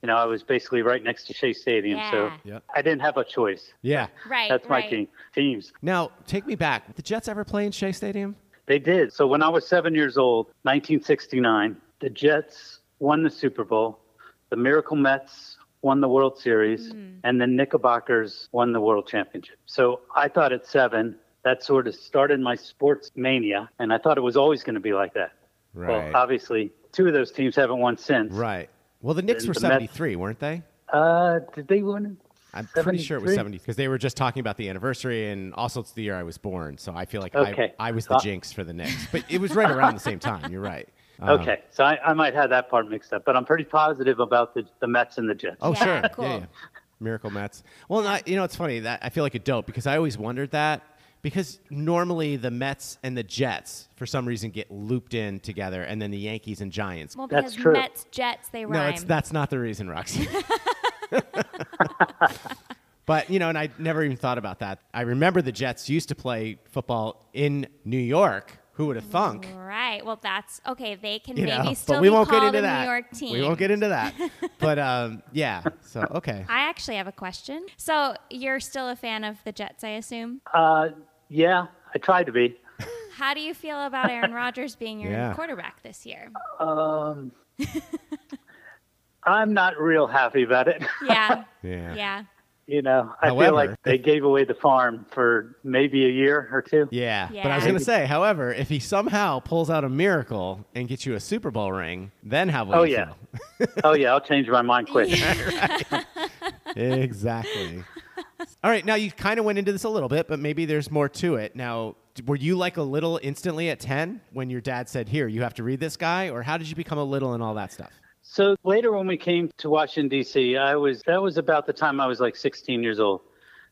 Speaker 8: you know, I was basically right next to Shea Stadium, so
Speaker 4: Yeah.
Speaker 3: Yep.
Speaker 8: I didn't have a choice.
Speaker 3: Yeah.
Speaker 4: Right.
Speaker 8: That's my
Speaker 4: right.
Speaker 8: team. Teams.
Speaker 3: Now, take me back. Did the Jets ever play in Shea Stadium?
Speaker 8: They did. So when I was seven years old, 1969, the Jets won the Super Bowl, the Miracle Mets won the World Series, and the Knickerbockers won the World Championship. So I thought at seven, that sort of started my sports mania, and I thought it was always going to be like that. Well, obviously, two of those teams haven't won since.
Speaker 3: right. Well, the Knicks
Speaker 8: The-
Speaker 3: were
Speaker 8: the Mets-
Speaker 3: 73, weren't they?
Speaker 8: Uh, did they win? in
Speaker 3: I'm pretty sure it was
Speaker 8: 73?
Speaker 3: 70 because they were just talking about the anniversary, and also it's the year I was born. So I feel like
Speaker 8: Okay.
Speaker 3: I, I was the
Speaker 8: Uh,
Speaker 3: jinx for the Knicks. But it was right around the same time. You're right. Um,
Speaker 8: Okay, so I, I might have that part mixed up, but I'm pretty positive about the, the Mets and the Jets.
Speaker 3: Oh,
Speaker 4: Yeah,
Speaker 3: sure. Yeah,
Speaker 4: cool.
Speaker 3: Yeah, Miracle Mets. Well, and I- you know, it's funny that I feel like a dope because I always wondered that because normally the Mets and the Jets for some reason get looped in together, and then the Yankees and Giants.
Speaker 4: Well,
Speaker 8: That's
Speaker 4: because
Speaker 8: true.
Speaker 4: Mets, Jets, they rhyme.
Speaker 3: no, it's that's not the reason, Roxy. But, you know, and I never even thought about that. I remember the Jets used to play football in New York. Who would have thunk?
Speaker 4: Right. Well, that's okay. They can
Speaker 3: You
Speaker 4: maybe
Speaker 3: know,
Speaker 4: still
Speaker 3: but we
Speaker 4: be
Speaker 3: won't get
Speaker 4: called
Speaker 3: into
Speaker 4: a
Speaker 3: that.
Speaker 4: New York team.
Speaker 3: We won't get into that. but um, yeah, so okay.
Speaker 4: I actually have a question. So you're still a fan of the Jets, I assume.
Speaker 8: Uh, yeah, I tried to be.
Speaker 4: How do you feel about Aaron Rodgers being your
Speaker 3: Yeah.
Speaker 4: quarterback this year?
Speaker 8: Um, I'm not real happy about it.
Speaker 4: Yeah.
Speaker 3: Yeah.
Speaker 4: yeah.
Speaker 8: You know, I
Speaker 3: However,
Speaker 8: feel like they gave away the farm for maybe a year or two.
Speaker 3: Yeah. But I was going
Speaker 8: Yeah.
Speaker 3: to say, however, if he somehow pulls out a miracle and gets you a Super Bowl ring, then how will
Speaker 8: Oh,
Speaker 3: you
Speaker 8: yeah. Oh yeah, I'll change my mind quick.
Speaker 3: feel? exactly. All right. Now, you kind of went into this a little bit, but maybe there's more to it. Now, d- were you like a little instantly at 10 when your dad said, here, you have to read this guy? Or how did you become a little and all that stuff?
Speaker 8: So later, when we came to Washington D.C., I was that was about the time I was like 16 years old.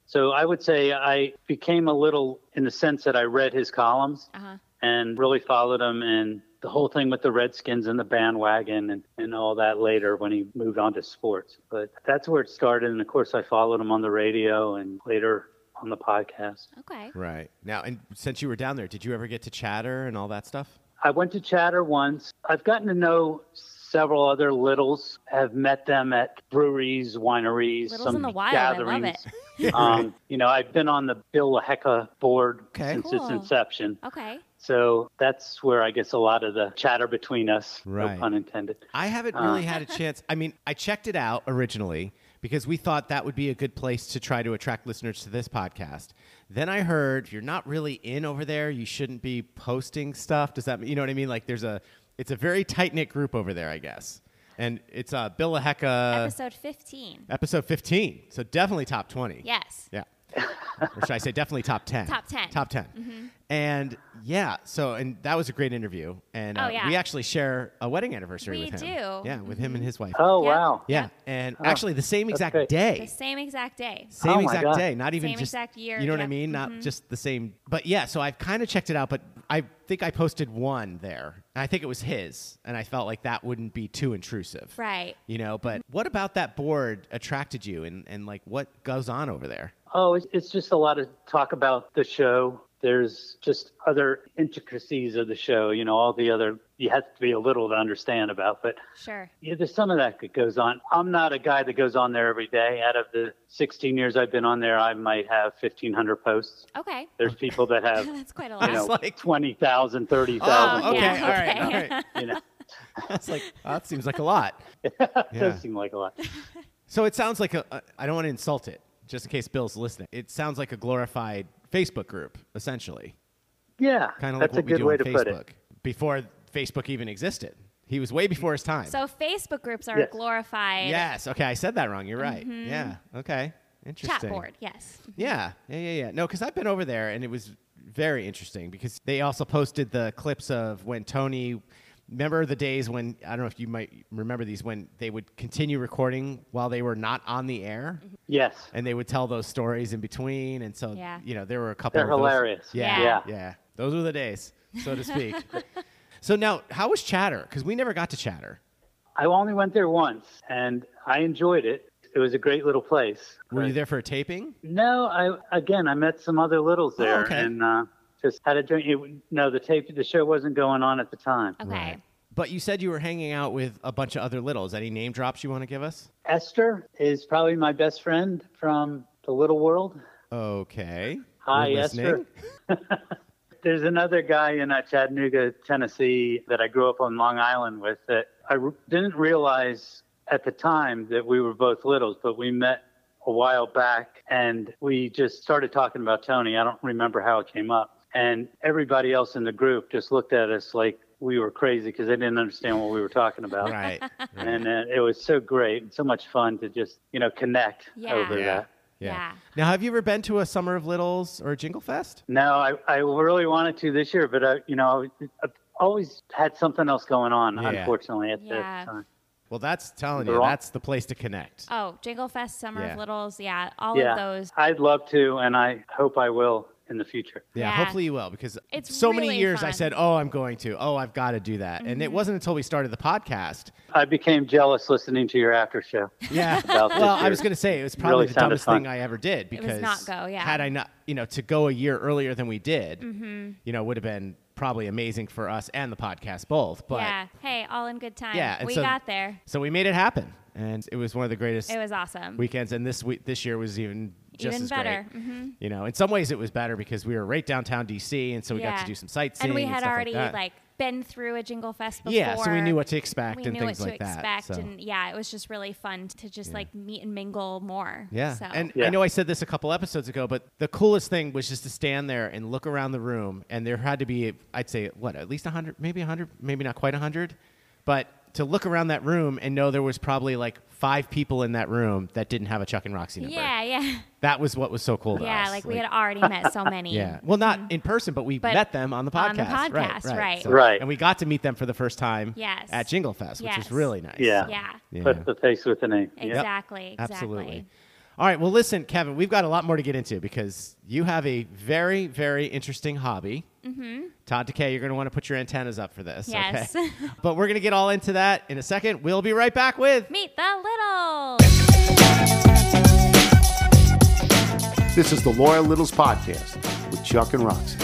Speaker 8: So I would say I became a little in the sense that I read his columns
Speaker 4: Uh-huh.
Speaker 8: and really followed him, and the whole thing with the Redskins and the bandwagon and, and all that later when he moved on to sports. But that's where it started, and of course I followed him on the radio and later on the podcast.
Speaker 4: Okay.
Speaker 3: Right. Now, and since you were down there, did you ever get to chatter and all that stuff?
Speaker 8: I went to Chatter once. I've gotten to know several other littles. Have met them at breweries, wineries,
Speaker 4: Littles
Speaker 8: some
Speaker 4: in the wild. I love
Speaker 8: gatherings. um, you know, I've been on the Bill LaHecca board
Speaker 3: Okay.
Speaker 8: since its
Speaker 4: Cool. Oh.
Speaker 8: inception.
Speaker 4: Okay.
Speaker 8: So that's where I guess a lot of the chatter between us,
Speaker 3: Right.
Speaker 8: no pun intended.
Speaker 3: I haven't
Speaker 8: Uh.
Speaker 3: really had a chance. I mean, I checked it out originally because we thought that would be a good place to try to attract listeners to this podcast. Then I heard you're not really in over there. You shouldn't be posting stuff. Does that mean you know what I mean? Like there's a it's a very tight knit group over there, I guess. And it's uh, Bill LaHecca episode.
Speaker 4: Episode 15.
Speaker 3: 15. So definitely top 20.
Speaker 4: Yes.
Speaker 3: Yeah. or should I say definitely top 10?
Speaker 4: Top Mm-hmm. 10.
Speaker 3: Top 10. And yeah, so, and that was a great interview. And
Speaker 4: Oh,
Speaker 3: uh,
Speaker 4: yeah.
Speaker 3: we actually share a wedding anniversary
Speaker 4: We
Speaker 3: with him.
Speaker 4: do. Mm-hmm.
Speaker 3: Yeah, with him and his wife.
Speaker 8: Oh
Speaker 4: Yep.
Speaker 8: wow!
Speaker 3: yeah. And
Speaker 8: Oh,
Speaker 3: actually, the same exact
Speaker 8: great.
Speaker 3: day.
Speaker 4: The same exact day.
Speaker 3: Same
Speaker 8: Oh my
Speaker 3: exact
Speaker 8: God.
Speaker 3: day, not even
Speaker 4: Same
Speaker 3: just
Speaker 4: exact year,
Speaker 3: You know what I
Speaker 4: yep, Mm-hmm.
Speaker 3: mean? Not just the same. But yeah, so I've kind of checked it out, but I think I posted one there, and I think it was his, and I felt like that wouldn't be too intrusive,
Speaker 4: Right. Mm-hmm.
Speaker 3: You know. But what about that board attracted you, and and like what goes on over there?
Speaker 8: Oh, it's, it's just a lot of talk about the show. There's just other intricacies of the show. You know, all the other you have to be a little to understand about, but
Speaker 4: Sure.
Speaker 8: Yeah, there's some of that that goes on. I'm not a guy that goes on there every day. Out of the 16 years I've been on there, I might have 1,500 posts.
Speaker 4: Okay.
Speaker 8: There's people that have, you
Speaker 4: That's quite a lot.
Speaker 8: know,
Speaker 3: like-
Speaker 8: 20,000, 30,000.
Speaker 3: Oh, okay,
Speaker 4: yeah,
Speaker 3: all right, all
Speaker 4: okay.
Speaker 3: right.
Speaker 8: You know,
Speaker 3: That's like that seems like a lot.
Speaker 8: it
Speaker 3: Yeah.
Speaker 8: does seem like a lot.
Speaker 3: So it sounds like a. a I don't want to insult it, just in case Bill's listening. It sounds like a glorified Facebook group, essentially.
Speaker 8: Yeah,
Speaker 3: Kind of like
Speaker 8: that's
Speaker 3: what
Speaker 8: a
Speaker 3: we
Speaker 8: good
Speaker 3: do
Speaker 8: way
Speaker 3: on
Speaker 8: to
Speaker 3: Facebook.
Speaker 8: put it.
Speaker 3: Before Facebook even existed, he was way before his time.
Speaker 4: So Facebook groups are
Speaker 8: Yes.
Speaker 4: glorified
Speaker 3: yes. Okay, I said that wrong. You're right. Yeah. Okay. Interesting.
Speaker 4: Mm-hmm. chat board. Yes.
Speaker 3: Yeah. Yeah. Yeah. Yeah. No, because I've been over there and it was very interesting because they also posted the clips of when Tony. Remember the days when I don't know if you might remember these when they would continue recording while they were not on the air
Speaker 8: Yes.
Speaker 3: and they would tell those stories in between. And so,
Speaker 4: Yeah.
Speaker 3: you know, there were a couple.
Speaker 8: They're
Speaker 3: of those-
Speaker 8: hilarious.
Speaker 3: Yeah, yeah,
Speaker 8: Yeah.
Speaker 3: Those were the days, so to speak. so now, how was Chatter? Because we never got to Chatter.
Speaker 8: I only went there once and I enjoyed it. It was a great little place.
Speaker 3: Were you
Speaker 8: But-
Speaker 3: there for a taping?
Speaker 8: No, I again I met some other littles there
Speaker 3: Oh, okay.
Speaker 8: and uh, just had a drink. It, no, the tape the show wasn't going on at the time.
Speaker 4: Okay.
Speaker 3: But you said you were hanging out with a bunch of other littles. Any name drops you want to give us?
Speaker 8: Esther is probably my best friend from the little world.
Speaker 3: Okay.
Speaker 8: Hi,
Speaker 3: We're
Speaker 8: Esther.
Speaker 3: listening.
Speaker 8: There's another guy in uh, Chattanooga, Tennessee, that I grew up on Long Island with that I r- didn't realize at the time that we were both littles, but we met a while back and we just started talking about Tony. I don't remember how it came up. And everybody else in the group just looked at us like we were crazy because they didn't understand what we were talking about.
Speaker 3: Right. right.
Speaker 8: And uh, it was so great and so much fun to just, you know, connect
Speaker 4: Yeah.
Speaker 8: over
Speaker 3: Yeah.
Speaker 8: that.
Speaker 4: Yeah.
Speaker 3: Now, have you ever been to a Summer of Littles or a Jingle Fest?
Speaker 8: No, I, I really wanted to this year, but I, you know, I've always had something else going on,
Speaker 3: Yeah.
Speaker 8: unfortunately, at
Speaker 4: Yeah.
Speaker 8: the time.
Speaker 3: Well, that's telling you,
Speaker 8: They're all-
Speaker 3: that's the place to connect.
Speaker 4: Uh, Oh, Jingle Fest, Summer
Speaker 3: Yeah.
Speaker 4: of Littles. Yeah. All
Speaker 8: yeah,
Speaker 4: of those.
Speaker 8: I'd love to, and I hope I will. in the future.
Speaker 3: Yeah,
Speaker 4: Yeah.
Speaker 3: hopefully you will because
Speaker 4: It's
Speaker 3: so many
Speaker 4: really
Speaker 3: years I
Speaker 4: fun. Mm-hmm.
Speaker 3: said, "Oh, I'm going to. Oh, I've got to do that." And it wasn't until we started the podcast.
Speaker 8: I became jealous listening to your after show.
Speaker 3: Yeah.
Speaker 8: About this
Speaker 3: well, I
Speaker 8: year.
Speaker 3: was going to say it was probably
Speaker 8: Really
Speaker 3: the
Speaker 8: sounded
Speaker 3: dumbest
Speaker 8: fun.
Speaker 3: thing I ever did
Speaker 4: was
Speaker 3: because
Speaker 4: not go, yeah.
Speaker 3: had I not, you know, to go a year earlier than we did,
Speaker 4: Mm-hmm.
Speaker 3: you know, would have been probably amazing for us and the podcast both. But
Speaker 4: yeah. Hey, all in good time.
Speaker 3: Yeah, and
Speaker 4: we
Speaker 3: so-
Speaker 4: got there.
Speaker 3: so we made it happen, and it was one of the greatest
Speaker 4: It was awesome.
Speaker 3: weekends. And this week, this year was even just
Speaker 4: Even
Speaker 3: as
Speaker 4: better. Mm-hmm.
Speaker 3: great. You know, in some ways it was better because we were right downtown DC, and so we got
Speaker 4: Yeah.
Speaker 3: to do some sightseeing.
Speaker 4: And we had
Speaker 3: stuff like
Speaker 4: already
Speaker 3: that.
Speaker 4: like, been through a Jingle Fest before.
Speaker 3: yeah, so we knew what to expect
Speaker 4: we
Speaker 3: and
Speaker 4: knew
Speaker 3: things
Speaker 4: what
Speaker 3: like
Speaker 4: to expect,
Speaker 3: that. so.
Speaker 4: and yeah, it was just really fun to just like meet and mingle more.
Speaker 3: Yeah.
Speaker 4: so.
Speaker 3: And I
Speaker 8: Yeah.
Speaker 3: know I said this a couple episodes ago, but the coolest thing was just to stand there and look around the room. And there had to be, I'd say, what, at least 100, maybe 100, maybe not quite 100. But to look around that room and know there was probably like five people in that room that didn't have a Chuck and Roxy number.
Speaker 4: yeah, yeah,
Speaker 3: That was what was so cool to
Speaker 4: yeah.
Speaker 3: us.
Speaker 4: Like we had already met so many.
Speaker 3: yeah. Mm-hmm. Well, not in person, but we
Speaker 4: But
Speaker 3: met them on the podcast.
Speaker 4: on the
Speaker 3: right.
Speaker 4: podcast, right.
Speaker 8: Right.
Speaker 3: And we got to meet them for the first time
Speaker 4: Yes.
Speaker 3: at Jingle Fest, which
Speaker 4: Yes.
Speaker 3: was really nice.
Speaker 8: Yeah.
Speaker 4: Yeah.
Speaker 3: Yeah.
Speaker 8: Put the face with the name. Yeah.
Speaker 4: Exactly. Exactly.
Speaker 3: Absolutely. All right. Well, listen, Kevin, we've got a lot more to get into because you have a very, very interesting hobby. Mm-hmm. Todd Decay, you're going to want to put your antennas up for this.
Speaker 4: Yes.
Speaker 3: Okay? but we're going to get all into that in a second. We'll be right back with.
Speaker 4: Meet the little.
Speaker 9: This is the Loyal Littles Podcast with Chuck and Roxy.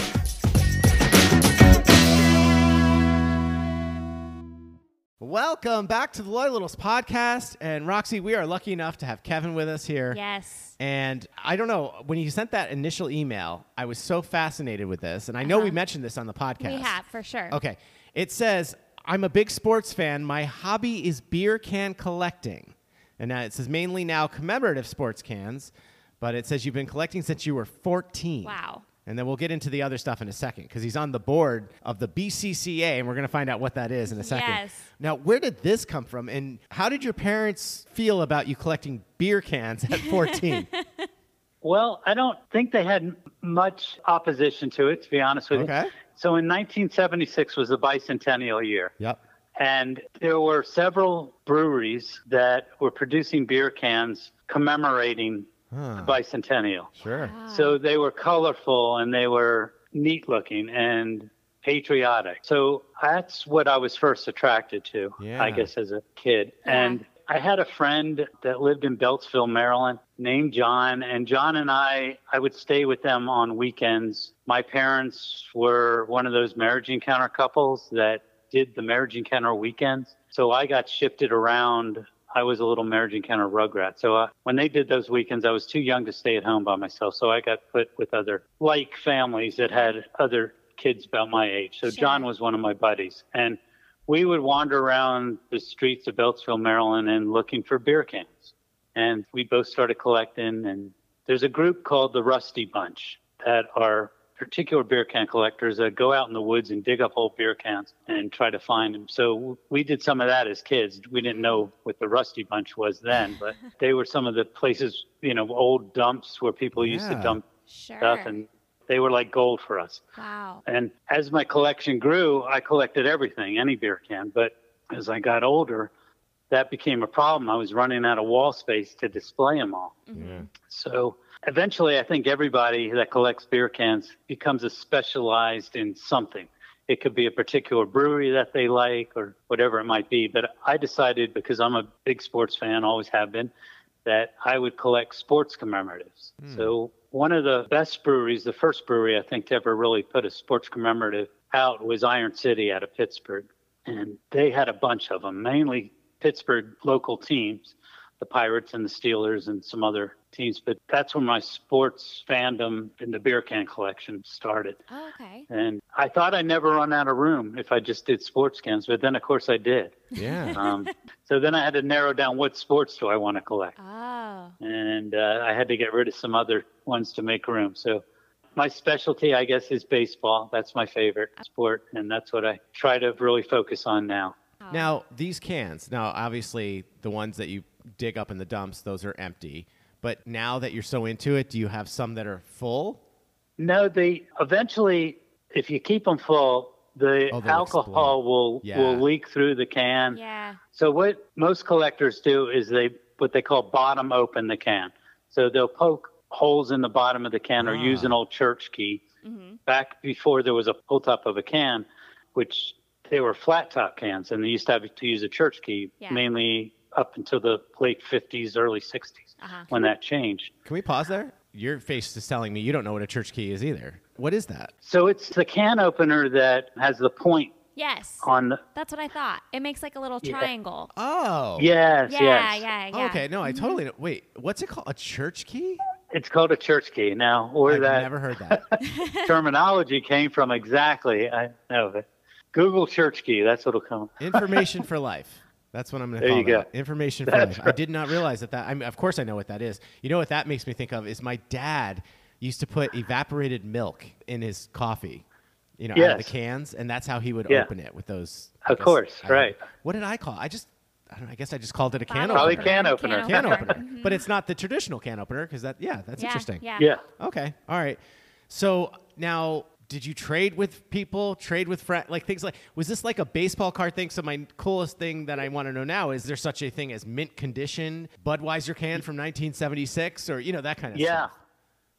Speaker 3: Welcome back to the Loyal Littles podcast. And Roxy, we are lucky enough to have Kevin with us here.
Speaker 4: Yes.
Speaker 3: And I don't know, when you sent that initial email, I was so fascinated with this. And I know we mentioned this on the podcast.
Speaker 4: Uh-huh. We have for sure.
Speaker 3: Okay. It says, I'm a big sports fan. My hobby is beer can collecting. And now it says mainly now commemorative sports cans, but it says you've been collecting since you were 14.
Speaker 4: Wow.
Speaker 3: And then we'll get into the other stuff in a second because he's on the board of the BCCA, and we're going to find out what that is in a second.
Speaker 4: Yes.
Speaker 3: Now, where did this come from, and how did your parents feel about you collecting beer cans at 14?
Speaker 8: Well, I don't think they had m- much opposition to it, to be honest with
Speaker 3: Okay.
Speaker 8: you. So in 1976 was the bicentennial year.
Speaker 3: yep.
Speaker 8: And there were several breweries that were producing beer cans commemorating the bicentennial.
Speaker 3: Sure.
Speaker 8: So they were colorful and they were neat looking and patriotic. So that's what I was first attracted to,
Speaker 3: Yeah.
Speaker 8: I guess, as a kid. And I had a friend that lived in Beltsville, Maryland, named John. And John and I, I would stay with them on weekends. My parents were one of those marriage encounter couples that did the marriage encounter weekends. So I got shifted around. I was a little marriage encounter rugrat. So uh, when they did those weekends, I was too young to stay at home by myself. So I got put with other like families that had other kids about my age. So
Speaker 4: Sure.
Speaker 8: John was one of my buddies. And we would wander around the streets of Beltsville, Maryland, and looking for beer cans. And we both started collecting. And there's a group called the Rusty Bunch that are particular beer can collectors that go out in the woods and dig up old beer cans and try to find them. So we did some of that as kids. We didn't know what the Rusty Bunch was then, but they were some of the places, you know, old dumps where people used to
Speaker 3: Yeah.
Speaker 8: dump
Speaker 4: Sure.
Speaker 8: stuff. And they were like gold for us.
Speaker 4: wow.
Speaker 8: And as my collection grew, I collected everything, any beer can. But as I got older, that became a problem. I was running out of wall space to display them all. So eventually, I think everybody that collects beer cans becomes a specialized in something. It could be a particular brewery that they like or whatever it might be. But I decided because I'm a big sports fan, always have been, that I would collect sports commemoratives. So one of the best breweries, the first brewery I think to ever really put a sports commemorative out was Iron City out of Pittsburgh. And they had a bunch of them, mainly Pittsburgh local teams the Pirates and the Steelers and some other teams. But that's where my sports fandom and the beer can collection started.
Speaker 4: Oh, okay.
Speaker 8: And I thought I'd never run out of room if I just did sports cans, but then of course I did.
Speaker 3: Yeah.
Speaker 8: Um, so then I had to narrow down what sports do I want to collect,
Speaker 4: Oh.
Speaker 8: and uh, I had to get rid of some other ones to make room. So my specialty, I guess, is baseball. That's my favorite sport, and that's what I try to really focus on now.
Speaker 3: Now, these cans, now obviously the ones that you dig up in the dumps, those are empty. But now that you're so into it, do you have some that are full?
Speaker 8: No, they eventually, if you keep them full, the
Speaker 3: Oh, they'll
Speaker 8: alcohol
Speaker 3: explode.
Speaker 8: will
Speaker 3: Yeah.
Speaker 8: will leak through the can.
Speaker 4: Yeah.
Speaker 8: So what most collectors do is they what they call bottom open the can. So they'll poke holes in the bottom of the can or use
Speaker 4: Ah.
Speaker 8: an old church key.
Speaker 4: Mm-hmm.
Speaker 8: Back before there was a pull top of a can, which they were flat top cans, and they used to have to use a church key
Speaker 4: Yeah.
Speaker 8: mainly up until the late 50s, early 60s
Speaker 4: Uh-huh.
Speaker 8: when that changed.
Speaker 3: Can we pause there? Your face is telling me you don't know what a church key is either. What is that?
Speaker 8: So it's the can opener that has the point
Speaker 4: Yes.
Speaker 8: on the.
Speaker 4: That's what I thought. It makes like a little
Speaker 8: Yeah.
Speaker 4: triangle.
Speaker 3: Oh.
Speaker 8: Yes,
Speaker 4: Yeah,
Speaker 8: yes.
Speaker 4: yeah, yeah.
Speaker 3: Oh, okay. No, I totally know. Wait, what's it called? A church key?
Speaker 8: It's called a church key now, where
Speaker 3: I've
Speaker 8: that
Speaker 3: never heard that.
Speaker 8: terminology came from exactly. I know, but Google church key, that's what'll come.
Speaker 3: Information for life. That's what I'm going to
Speaker 8: There
Speaker 3: call
Speaker 8: you
Speaker 3: that.
Speaker 8: go.
Speaker 3: Information for
Speaker 8: That's
Speaker 3: life. I did not realize that that. I mean, of course, I know what that is. You know what that makes me think of is my dad used to put evaporated milk in his coffee, you know, out of the
Speaker 8: Yes.
Speaker 3: cans, and that's how he would
Speaker 8: Yeah.
Speaker 3: open it with those. I
Speaker 8: Of course,
Speaker 3: I-
Speaker 8: right.
Speaker 3: What did I call? I just, I don't know. I guess I just called it a can
Speaker 8: Probably
Speaker 3: opener.
Speaker 8: can opener.
Speaker 4: Can
Speaker 3: Can
Speaker 4: opener.
Speaker 3: opener, but it's not the traditional can opener because that. Yeah, that's
Speaker 4: yeah,
Speaker 3: interesting.
Speaker 4: Yeah.
Speaker 8: Yeah.
Speaker 3: Okay. All right. So now, did you trade with people? Trade with friends? Like things like was this like a baseball card thing? So my coolest thing that I want to know now is there such a thing as mint condition Budweiser can from 1976 or you know that kind of
Speaker 8: Yeah,
Speaker 3: stuff?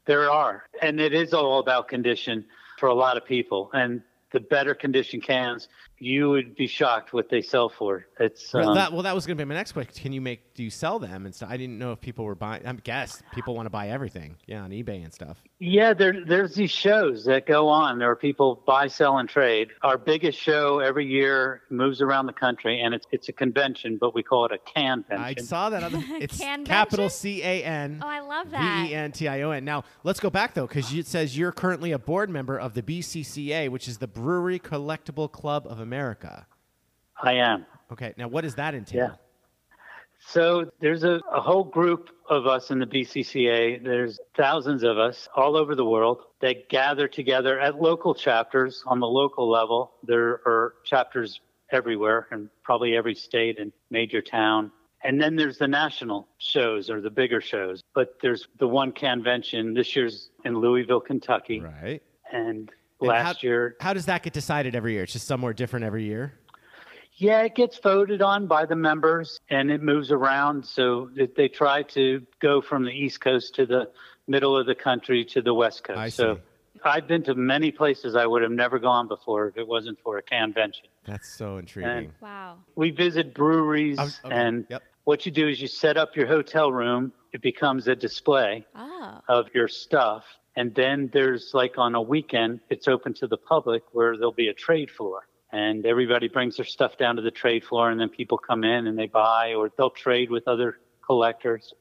Speaker 8: there are. And it is all about condition for a lot of people. And the better condition cans, you would be shocked what they sell for. It's
Speaker 3: Well,
Speaker 8: um,
Speaker 3: that well that was going to be my next question. Can you make do you sell them and stuff? I didn't know if people were buying. I guess people want to buy everything. Yeah, on eBay and stuff.
Speaker 8: yeah. There, there's these shows that go on. There are people buy, sell, and trade. Our biggest show every year moves around the country, and it's it's a convention, but we call it a
Speaker 3: I
Speaker 8: canvention.
Speaker 3: saw that on the it's
Speaker 4: Canvention?
Speaker 3: capital C A N.
Speaker 4: Oh, I love that.
Speaker 3: V E N T I O N. Now let's go back though, because it says you're currently a board member of the BCCA, which is the Brewery Collectible Club of America.
Speaker 8: I am.
Speaker 3: Okay, now what does that entail?
Speaker 8: Yeah. So there's a, a whole group of us in the BCCA. There's thousands of us all over the world that gather together at local chapters on the local level. There are chapters everywhere and probably every state and major town. And then there's the national shows or the bigger shows. But there's the one convention this year's in Louisville, Kentucky.
Speaker 3: Right.
Speaker 8: And
Speaker 3: And
Speaker 8: last
Speaker 3: how-
Speaker 8: year,
Speaker 3: How does that get decided every year? It's just somewhere different every year.
Speaker 8: Yeah, it gets voted on by the members and it moves around. So that they try to go from the East Coast to the middle of the country to the West Coast.
Speaker 3: I
Speaker 8: So
Speaker 3: see.
Speaker 8: I've been to many places I would have never gone before if it wasn't for a convention.
Speaker 3: That's so intriguing.
Speaker 4: Wow.
Speaker 8: We visit breweries
Speaker 3: I was- Oh, okay,
Speaker 8: and
Speaker 3: yep.
Speaker 8: what you do is you set up your hotel room, it becomes a display
Speaker 4: Oh.
Speaker 8: of your stuff. And then there's like on a weekend, it's open to the public where there'll be a trade floor. And everybody brings their stuff down to the trade floor, and then people come in and they buy or they'll trade with other collectors.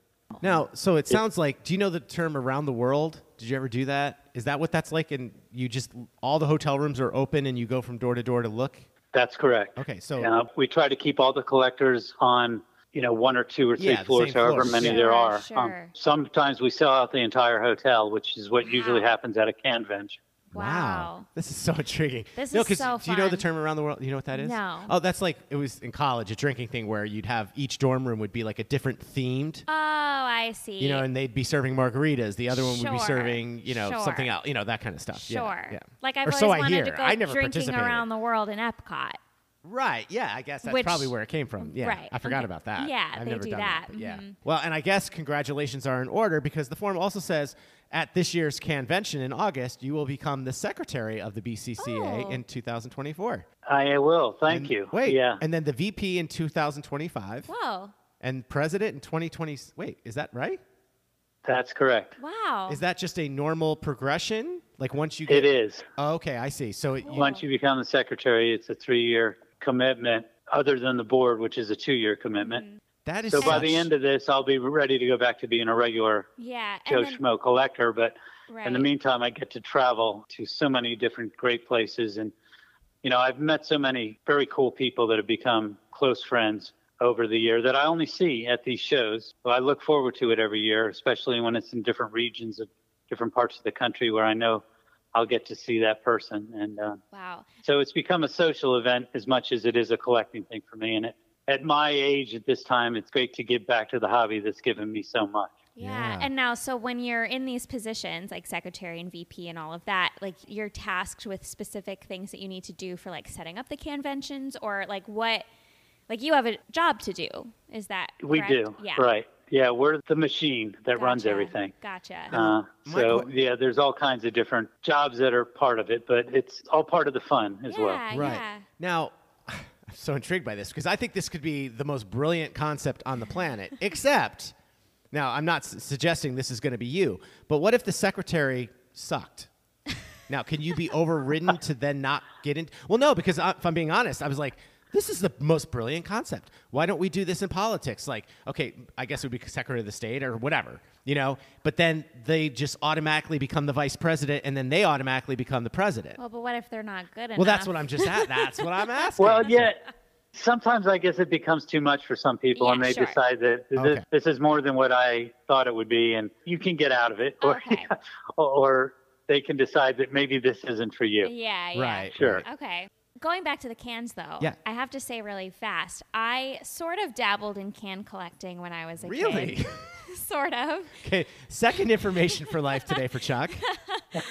Speaker 3: Now, so it sounds like. Do you know the term around the world? Did you ever do that? Is that what that's like? And you just all the hotel rooms are open, and you go from door to door to look.
Speaker 8: That's correct.
Speaker 3: Okay, so
Speaker 8: Uh, we try to keep all the collectors on, you know, one or two or three
Speaker 3: Yeah, the
Speaker 8: floors,
Speaker 3: same
Speaker 8: however
Speaker 3: floor.
Speaker 8: many
Speaker 4: Sure,
Speaker 8: there are. Um,
Speaker 4: sure.
Speaker 8: sometimes we sell out the entire hotel, which is what usually happens at a convention.
Speaker 4: Wow.
Speaker 3: This is so intriguing.
Speaker 4: This
Speaker 3: no,
Speaker 4: is
Speaker 3: 'cause
Speaker 4: so
Speaker 3: Do you know the
Speaker 4: fun.
Speaker 3: term around the world? You know what that is?
Speaker 4: No.
Speaker 3: Oh, that's like, it was in college, a drinking thing where you'd have each dorm room would be like a different themed,
Speaker 4: Oh, I see.
Speaker 3: you know, and they'd be serving margaritas. The other one would be
Speaker 4: Sure,
Speaker 3: serving, you know, something
Speaker 4: sure.
Speaker 3: else, you know, that kind of stuff. uh, Yeah,
Speaker 4: Sure.
Speaker 3: Yeah.
Speaker 4: Like I've
Speaker 3: Or
Speaker 4: always
Speaker 3: so I
Speaker 4: wanted
Speaker 3: hear.
Speaker 4: to go
Speaker 3: I never
Speaker 4: drinking
Speaker 3: participated.
Speaker 4: around the world in Epcot.
Speaker 3: Right. Yeah. I guess that's
Speaker 4: Which-
Speaker 3: probably where it came from. Yeah.
Speaker 4: right,
Speaker 3: I forgot
Speaker 4: okay.
Speaker 3: about that.
Speaker 4: Yeah,
Speaker 3: I've
Speaker 4: they
Speaker 3: never
Speaker 4: do
Speaker 3: done
Speaker 4: that,
Speaker 3: but yeah.
Speaker 4: mhm.
Speaker 3: Well, and I guess congratulations are in order because the form also says at this year's convention in August, you will become the secretary of the BCCA
Speaker 4: Oh.
Speaker 3: in 2024.
Speaker 8: I will. Thank you.
Speaker 3: Wait.
Speaker 8: Yeah.
Speaker 3: And then the VP in 2025.
Speaker 4: Whoa.
Speaker 3: and president in 2020. Wait, is that right?
Speaker 8: That's correct.
Speaker 4: Wow.
Speaker 3: Is that just a normal progression? Like once you get
Speaker 8: It is.
Speaker 3: Oh, okay, I see. So it, you,
Speaker 8: Once you become the secretary, it's a three-year commitment, other than the board, which is a two-year commitment.
Speaker 4: Mm-hmm.
Speaker 3: that is
Speaker 8: So by
Speaker 3: such-
Speaker 8: the end of this, I'll be ready to go back to being a regular
Speaker 4: yeah.
Speaker 8: Joe
Speaker 4: And then,
Speaker 8: Schmo collector. But
Speaker 4: right.
Speaker 8: in the meantime, I get to travel to so many different great places, and you know, I've met so many very cool people that have become close friends over the year that I only see at these shows. But I look forward to it every year, especially when it's in different regions of different parts of the country where I know I'll get to see that person and. Uh,
Speaker 4: wow.
Speaker 8: so it's become a social event as much as it is a collecting thing for me. And it, at my age at this time, it's great to give back to the hobby that's given me so much.
Speaker 4: Yeah.
Speaker 3: Yeah.
Speaker 4: And now, so when you're in these positions, like secretary and VP and all of that, like you're tasked with specific things that you need to do for like setting up the conventions or like what, like you have a job to do. Is that
Speaker 8: We
Speaker 4: correct?
Speaker 8: do.
Speaker 4: Yeah.
Speaker 8: Right. Yeah, we're the machine that runs
Speaker 4: Gotcha.
Speaker 8: everything.
Speaker 4: Gotcha.
Speaker 8: Uh,
Speaker 3: Mike,
Speaker 8: so
Speaker 3: what-
Speaker 8: yeah, there's all kinds of different jobs that are part of it, but it's all part of the fun as
Speaker 4: yeah,
Speaker 8: well.
Speaker 3: Right.
Speaker 4: yeah.
Speaker 3: Now, I'm so intrigued by this because I think this could be the most brilliant concept on the planet. Except, now I'm not s- suggesting this is going to be you, but what if the secretary sucked? Now, can you be overridden to then not get in? Well, no, because I, if I'm being honest, I was like, this is the most brilliant concept. Why don't we do this in politics? Like, okay, I guess it would be Secretary of the State or whatever, you know? But then they just automatically become the vice president and then they automatically become the president.
Speaker 4: Well, but what if they're not good enough?
Speaker 3: Well, that's what I'm just at. That's what I'm asking.
Speaker 8: Well, yeah. Sometimes I guess it becomes too much for some people,
Speaker 4: Yeah,
Speaker 8: and they
Speaker 4: sure.
Speaker 8: decide that this,
Speaker 3: Okay.
Speaker 8: this is more than what I thought it would be, and you can get out of it, or
Speaker 4: Okay.
Speaker 8: or they can decide that maybe this isn't for you.
Speaker 4: Yeah, yeah.
Speaker 3: Right.
Speaker 8: Sure.
Speaker 4: Okay. Going back to the cans, though,
Speaker 3: Yeah.
Speaker 4: I have to say really fast, I sort of dabbled in can collecting when I was a
Speaker 3: Really?
Speaker 4: kid. sort of.
Speaker 3: okay. Second information for life today for Chuck.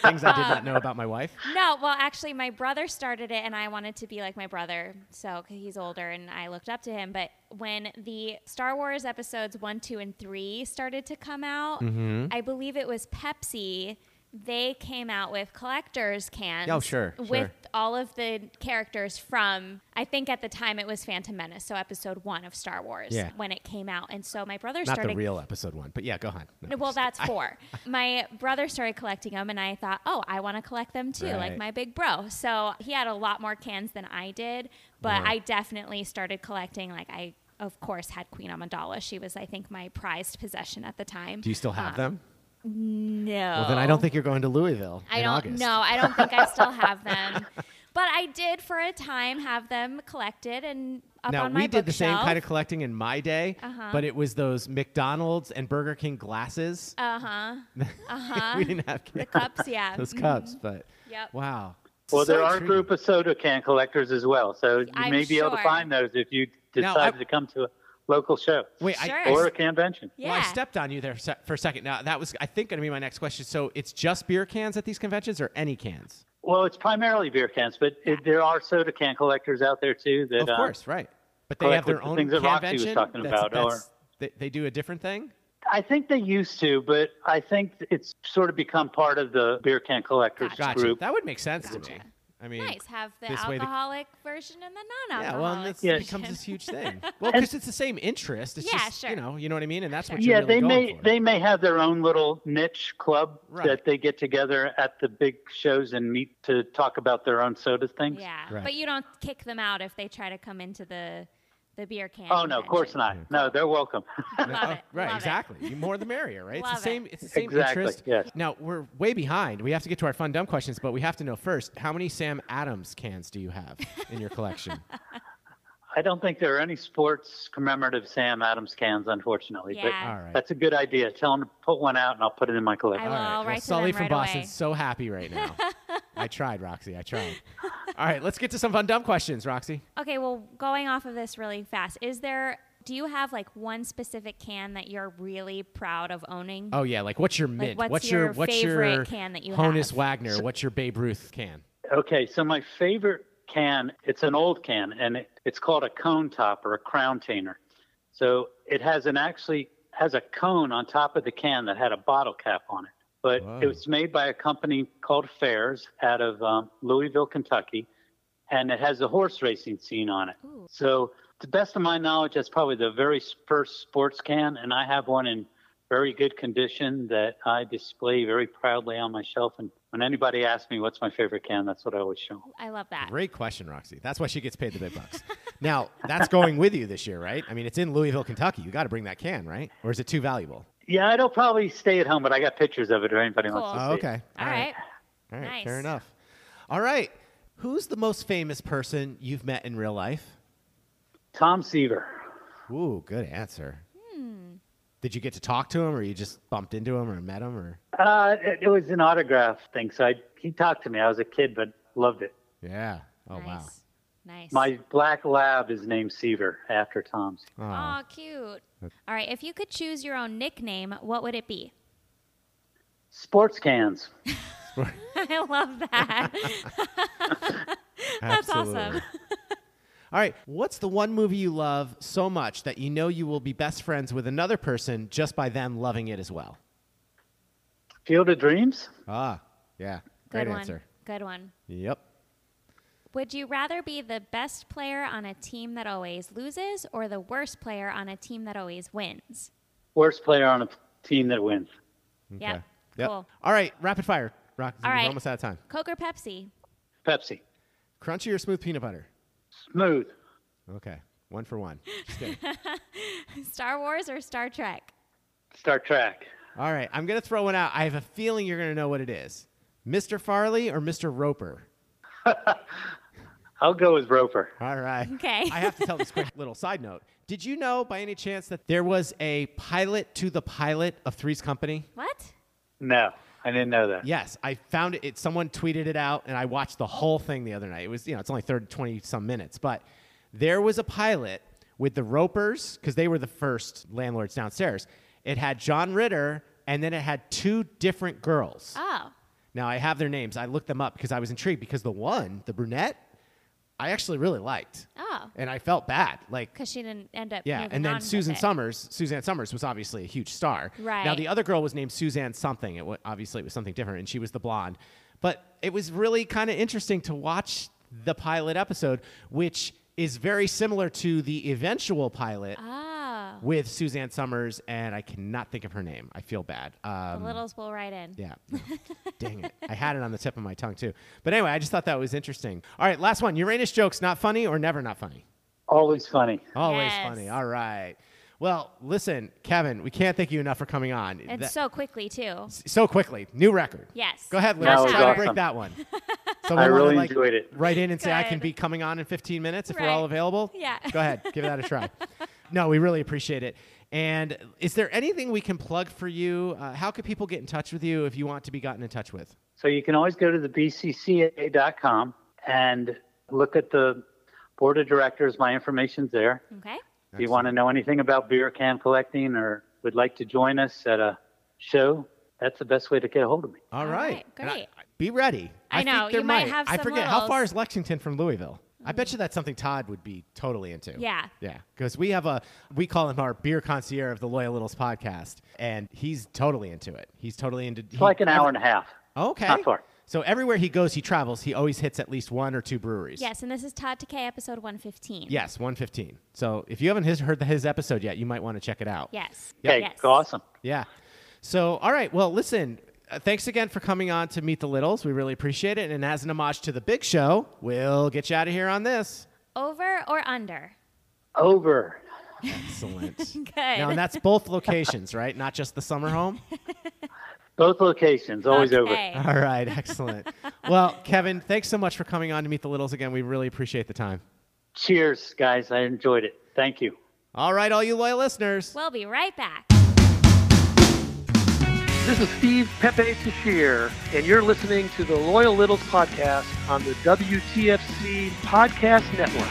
Speaker 3: Things I did not know about my wife.
Speaker 4: No, well, actually, my brother started it, and I wanted to be like my brother, so 'cause he's older, and I looked up to him. But when the Star Wars episodes one, two, and three started to come out,
Speaker 3: Mm-hmm.
Speaker 4: I believe it was Pepsi. They came out with collectors cans.
Speaker 3: Oh, sure,
Speaker 4: With
Speaker 3: sure.
Speaker 4: all of the characters from, I think at the time it was Phantom Menace, so episode one of Star Wars
Speaker 3: Yeah.
Speaker 4: when it came out, and so my brother
Speaker 3: Not
Speaker 4: started
Speaker 3: the real episode one, but yeah, go on. No,
Speaker 4: well,
Speaker 3: just-
Speaker 4: that's four. my brother started collecting them, and I thought, oh, I want to collect them too,
Speaker 3: Right.
Speaker 4: like my big bro. So he had a lot more cans than I did, but I definitely started collecting. Like I, of course, had Queen Amidala. She was, I think, my prized possession at the time.
Speaker 3: Do you still have
Speaker 4: Um,
Speaker 3: them?
Speaker 4: No.
Speaker 3: Well, then I don't think you're going to Louisville.
Speaker 4: oh. I
Speaker 3: in
Speaker 4: don't
Speaker 3: August.
Speaker 4: know. I don't think I still have them. But I did for a time have them collected and up
Speaker 3: Now
Speaker 4: on my
Speaker 3: we did the same
Speaker 4: bookshelf. Uh-huh.
Speaker 3: kind of collecting in my day, but it was those McDonald's and Burger King glasses.
Speaker 4: uh huh
Speaker 3: we didn't have
Speaker 4: Uh-huh. cups. Yeah. Mm-hmm.
Speaker 3: those cups, but
Speaker 4: Yep.
Speaker 3: wow.
Speaker 8: Well,
Speaker 3: So
Speaker 8: there are a
Speaker 3: intriguing.
Speaker 8: group of soda can collectors as well, so you
Speaker 4: I'm
Speaker 8: may be able to
Speaker 4: sure.
Speaker 8: find those if you
Speaker 3: Now,
Speaker 8: decide
Speaker 3: I-
Speaker 8: to come to a local show
Speaker 3: Wait,
Speaker 4: Sure.
Speaker 3: I, I
Speaker 8: or a convention.
Speaker 4: Yeah.
Speaker 3: Well, I stepped on you there se- for a second. Now that was, I think, going to be my next question. So it's just beer cans at these conventions, or any cans?
Speaker 8: Well, it's primarily beer cans, but it, there are soda can collectors out there too. That
Speaker 3: of
Speaker 8: uh,
Speaker 3: course, right. But they have
Speaker 8: collect
Speaker 3: their
Speaker 8: with the
Speaker 3: own
Speaker 8: things that Roxy was
Speaker 3: convention.
Speaker 8: talking
Speaker 3: that's,
Speaker 8: about,
Speaker 3: that's-
Speaker 8: or-
Speaker 3: they, they do a different thing.
Speaker 8: I think they used to, but I think it's sort of become part of the beer can collectors
Speaker 3: Gotcha.
Speaker 8: group.
Speaker 3: That would make sense to me.
Speaker 4: Gotcha.
Speaker 3: I mean,
Speaker 4: Nice. Have the
Speaker 3: this way the-
Speaker 4: alcoholic version and the
Speaker 3: yeah.
Speaker 4: non-alcoholic.
Speaker 3: Well, and this
Speaker 8: Yes.
Speaker 3: becomes this huge thing. Well, because it's the same interest. It's
Speaker 4: Yeah,
Speaker 3: just
Speaker 4: sure.
Speaker 3: you know, you know what I mean, and that's what
Speaker 8: yeah,
Speaker 3: you're really
Speaker 8: they
Speaker 3: going
Speaker 8: may
Speaker 3: for.
Speaker 8: they may have their own little niche club
Speaker 3: Right.
Speaker 8: that they get together at the big shows and meet to talk about their own soda things.
Speaker 4: Yeah,
Speaker 3: Right.
Speaker 4: but you don't kick them out if they try to come into the the beer can.
Speaker 8: Oh no, of course
Speaker 4: convention.
Speaker 8: not. No, they're welcome.
Speaker 4: Love it.
Speaker 3: oh, Right,
Speaker 4: love it.
Speaker 3: exactly. You more the merrier, right? it's
Speaker 4: Love
Speaker 3: the
Speaker 4: it.
Speaker 3: same. It's the same
Speaker 8: Exactly,
Speaker 3: interest.
Speaker 8: yes.
Speaker 3: Now we're way behind. We have to get to our fun dumb questions, but we have to know first how many Sam Adams cans do you have in your collection?
Speaker 8: I don't think there are any sports commemorative Sam Adams cans, unfortunately.
Speaker 4: Yeah.
Speaker 3: All right.
Speaker 8: But that's a good idea. Tell them to put one out, and I'll put it in my
Speaker 4: I
Speaker 8: collection.
Speaker 4: will.
Speaker 3: All
Speaker 4: I'll
Speaker 3: right. Well,
Speaker 4: write to
Speaker 3: Sully
Speaker 4: them
Speaker 3: from
Speaker 4: right
Speaker 3: Boston's so
Speaker 4: away.
Speaker 3: happy right now. I tried, Roxy. I tried. All right, let's get to some fun dumb questions, Roxy.
Speaker 4: Okay, well, going off of this really fast, is there? Do you have like one specific can that you're really proud of owning?
Speaker 3: Oh yeah, like what's your mint?
Speaker 4: what's
Speaker 3: your
Speaker 4: your
Speaker 3: what's
Speaker 4: favorite
Speaker 3: your
Speaker 4: can that you
Speaker 3: Honus
Speaker 4: have?
Speaker 3: Wagner? What's your Babe Ruth can?
Speaker 8: Okay, so my favorite can, it's an old can, and it, it's called a cone top or a crown tainer. So it has an actually has a cone on top of the can that had a bottle cap on it. But
Speaker 3: Wow.
Speaker 8: it was made by a company called Fairs out of um, Louisville, Kentucky, and it has a horse racing scene on it. So, to the best of my knowledge, that's probably the very first sports can, and I have one in very good condition that I display very proudly on my shelf. And when anybody asks me what's my favorite can, that's what I always show. 'em.
Speaker 4: I love that.
Speaker 3: Great question, Roxy. That's why she gets paid the big bucks. now that's going with you this year, right? I mean, it's in Louisville, Kentucky. You got to bring that can, right? Or is it too valuable?
Speaker 8: Yeah, it'll probably stay at home, but I got pictures of it if anybody wants
Speaker 4: Cool.
Speaker 8: to see.
Speaker 3: Oh,
Speaker 8: it.
Speaker 3: okay.
Speaker 4: All right.
Speaker 3: All right. Fair
Speaker 4: Nice.
Speaker 3: enough. All right. Who's the most famous person you've met in real life?
Speaker 8: Tom Seaver.
Speaker 3: Ooh, good answer.
Speaker 4: Hmm.
Speaker 3: Did you get to talk to him, or you just bumped into him, or met him, or?
Speaker 8: Uh, it, it was an autograph thing, so I, he talked to me. I was a kid, but loved it.
Speaker 3: Yeah. Oh
Speaker 4: nice. Nice.
Speaker 8: My black lab is named Seaver after Tom's.
Speaker 3: wow.
Speaker 4: Aw, cute. All right, if you could choose your own nickname, what would it be?
Speaker 8: Sports cans.
Speaker 4: I love that.
Speaker 3: That's
Speaker 4: awesome.
Speaker 3: All right. What's the one movie you love so much that you know you will be best friends with another person just by them loving it as well?
Speaker 8: Field of Dreams?
Speaker 3: Ah, yeah.
Speaker 4: Good
Speaker 3: Great
Speaker 4: one.
Speaker 3: answer.
Speaker 4: Good one.
Speaker 3: Yep.
Speaker 4: Would you rather be the best player on a team that always loses or the worst player on a team that always wins?
Speaker 8: Worst player on a team that wins.
Speaker 4: Yeah.
Speaker 3: Yep.
Speaker 4: Cool.
Speaker 3: All right. Rapid fire. Rock.
Speaker 4: All
Speaker 3: we're
Speaker 4: right.
Speaker 3: almost out of time.
Speaker 4: Coke or Pepsi?
Speaker 8: Pepsi.
Speaker 3: Crunchy or smooth peanut butter?
Speaker 8: Smooth.
Speaker 3: Okay. One for one. Just kidding.
Speaker 4: Star Wars or Star Trek?
Speaker 8: Star Trek.
Speaker 3: All right. I'm going to throw one out. I have a feeling you're going to know what it is Mr. Farley or Mr. Roper?
Speaker 8: I'll go with Roper.
Speaker 3: All right.
Speaker 4: Okay.
Speaker 3: I have to tell this quick little side note. Did you know by any chance that there was a pilot to the pilot of Three's Company?
Speaker 4: What?
Speaker 8: No, I didn't know that.
Speaker 3: Yes, I found it, it. Someone tweeted it out, and I watched the whole thing the other night. It was, you know, it's only 30, 20 some minutes, but there was a pilot with the Ropers, because they were the first landlords downstairs. It had John Ritter, and then it had two different girls.
Speaker 4: Oh.
Speaker 3: Now, I have their names. I looked them up because I was intrigued, because the one, the brunette, I actually really liked.
Speaker 4: Oh.
Speaker 3: And I felt bad. Like,
Speaker 4: Because she didn't end up.
Speaker 3: yeah,
Speaker 4: moving
Speaker 3: and
Speaker 4: on
Speaker 3: then
Speaker 4: with
Speaker 3: Susan
Speaker 4: it.
Speaker 3: Summers, Suzanne Summers was obviously a huge star. Now
Speaker 4: Right.
Speaker 3: the other girl was named Suzanne something. It wa- obviously it was something different, and she was the blonde. But it was really kind of interesting to watch the pilot episode, which is very similar to the eventual pilot
Speaker 4: Oh.
Speaker 3: with Suzanne Summers, and I cannot think of her name. I feel bad. Um,
Speaker 4: the littles will write in.
Speaker 3: yeah. no. Dang it. I had it on the tip of my tongue too. But anyway, I just thought that was interesting. All right, last one. Uranus jokes not funny or never not funny.
Speaker 8: Always funny.
Speaker 3: Always
Speaker 4: Yes.
Speaker 3: funny. All right. Well, listen, Kevin, we can't thank you enough for coming on.
Speaker 4: And
Speaker 3: That-
Speaker 4: so quickly, too.
Speaker 3: so quickly. New record.
Speaker 4: Yes.
Speaker 3: Go ahead,
Speaker 4: That
Speaker 3: Liz.
Speaker 4: was
Speaker 3: Try to
Speaker 4: awesome.
Speaker 3: break that one. So
Speaker 8: I
Speaker 3: we wanna,
Speaker 8: really
Speaker 3: like,
Speaker 8: enjoyed it.
Speaker 3: Write in and say I can
Speaker 4: Good.
Speaker 3: be coming on in 15 minutes if we're all
Speaker 4: Right.
Speaker 3: available.
Speaker 4: Yeah.
Speaker 3: Go ahead. Give that a try. No, we really appreciate it. And is there anything we can plug for you? Uh, how could people get in touch with you if you want to be gotten in touch with?
Speaker 8: So you can always go to the bcca.com and look at the board of directors. My information's there.
Speaker 4: Okay.
Speaker 8: If you want to know anything about beer can collecting or would like to join us at a show, that's the best way to get a hold of me.
Speaker 3: All
Speaker 4: All
Speaker 3: right.
Speaker 4: right,
Speaker 3: And
Speaker 4: great.
Speaker 3: be ready.
Speaker 4: I
Speaker 3: think
Speaker 4: know,
Speaker 3: there
Speaker 4: you might have
Speaker 3: I
Speaker 4: some
Speaker 3: forget how
Speaker 4: littles. Mm.
Speaker 3: far is Lexington from Louisville. I bet you that's something Todd would be totally into.
Speaker 4: Yeah.
Speaker 3: Yeah, because we have a we call him our beer concierge of the Loyal Littles podcast, and he's totally into it. He's totally into.
Speaker 8: It's like an hour and a half.
Speaker 3: Okay.
Speaker 8: Not far.
Speaker 3: So everywhere he goes, he travels. He always hits at least one or two breweries.
Speaker 4: Yes, and this is Todd Takei, episode 115.
Speaker 3: Yes, one fifteen. So if you haven't his, heard the, his episode yet, you might want to check it out.
Speaker 4: Yes.
Speaker 8: Okay,
Speaker 4: Yes.
Speaker 8: awesome.
Speaker 3: Yeah. So, all right. Well, listen, uh, thanks again for coming on to Meet the Littles. We really appreciate it. And as an homage to the big show, we'll get you out of here on this.
Speaker 4: Over or under?
Speaker 8: Over.
Speaker 3: Excellent.
Speaker 4: Good.
Speaker 3: now, and that's both locations, right? Not just the summer home?
Speaker 8: Both locations, always over.
Speaker 4: Okay.
Speaker 3: All right. Excellent. Well, Kevin, thanks so much for coming on to Meet the Littles again. We really appreciate the time.
Speaker 8: Cheers, guys. I enjoyed it. Thank you.
Speaker 3: All right, all you loyal listeners.
Speaker 4: We'll be right back.
Speaker 10: This is Steve Pepe Tashir, and you're listening to the Loyal Littles podcast on the WTFC Podcast Network.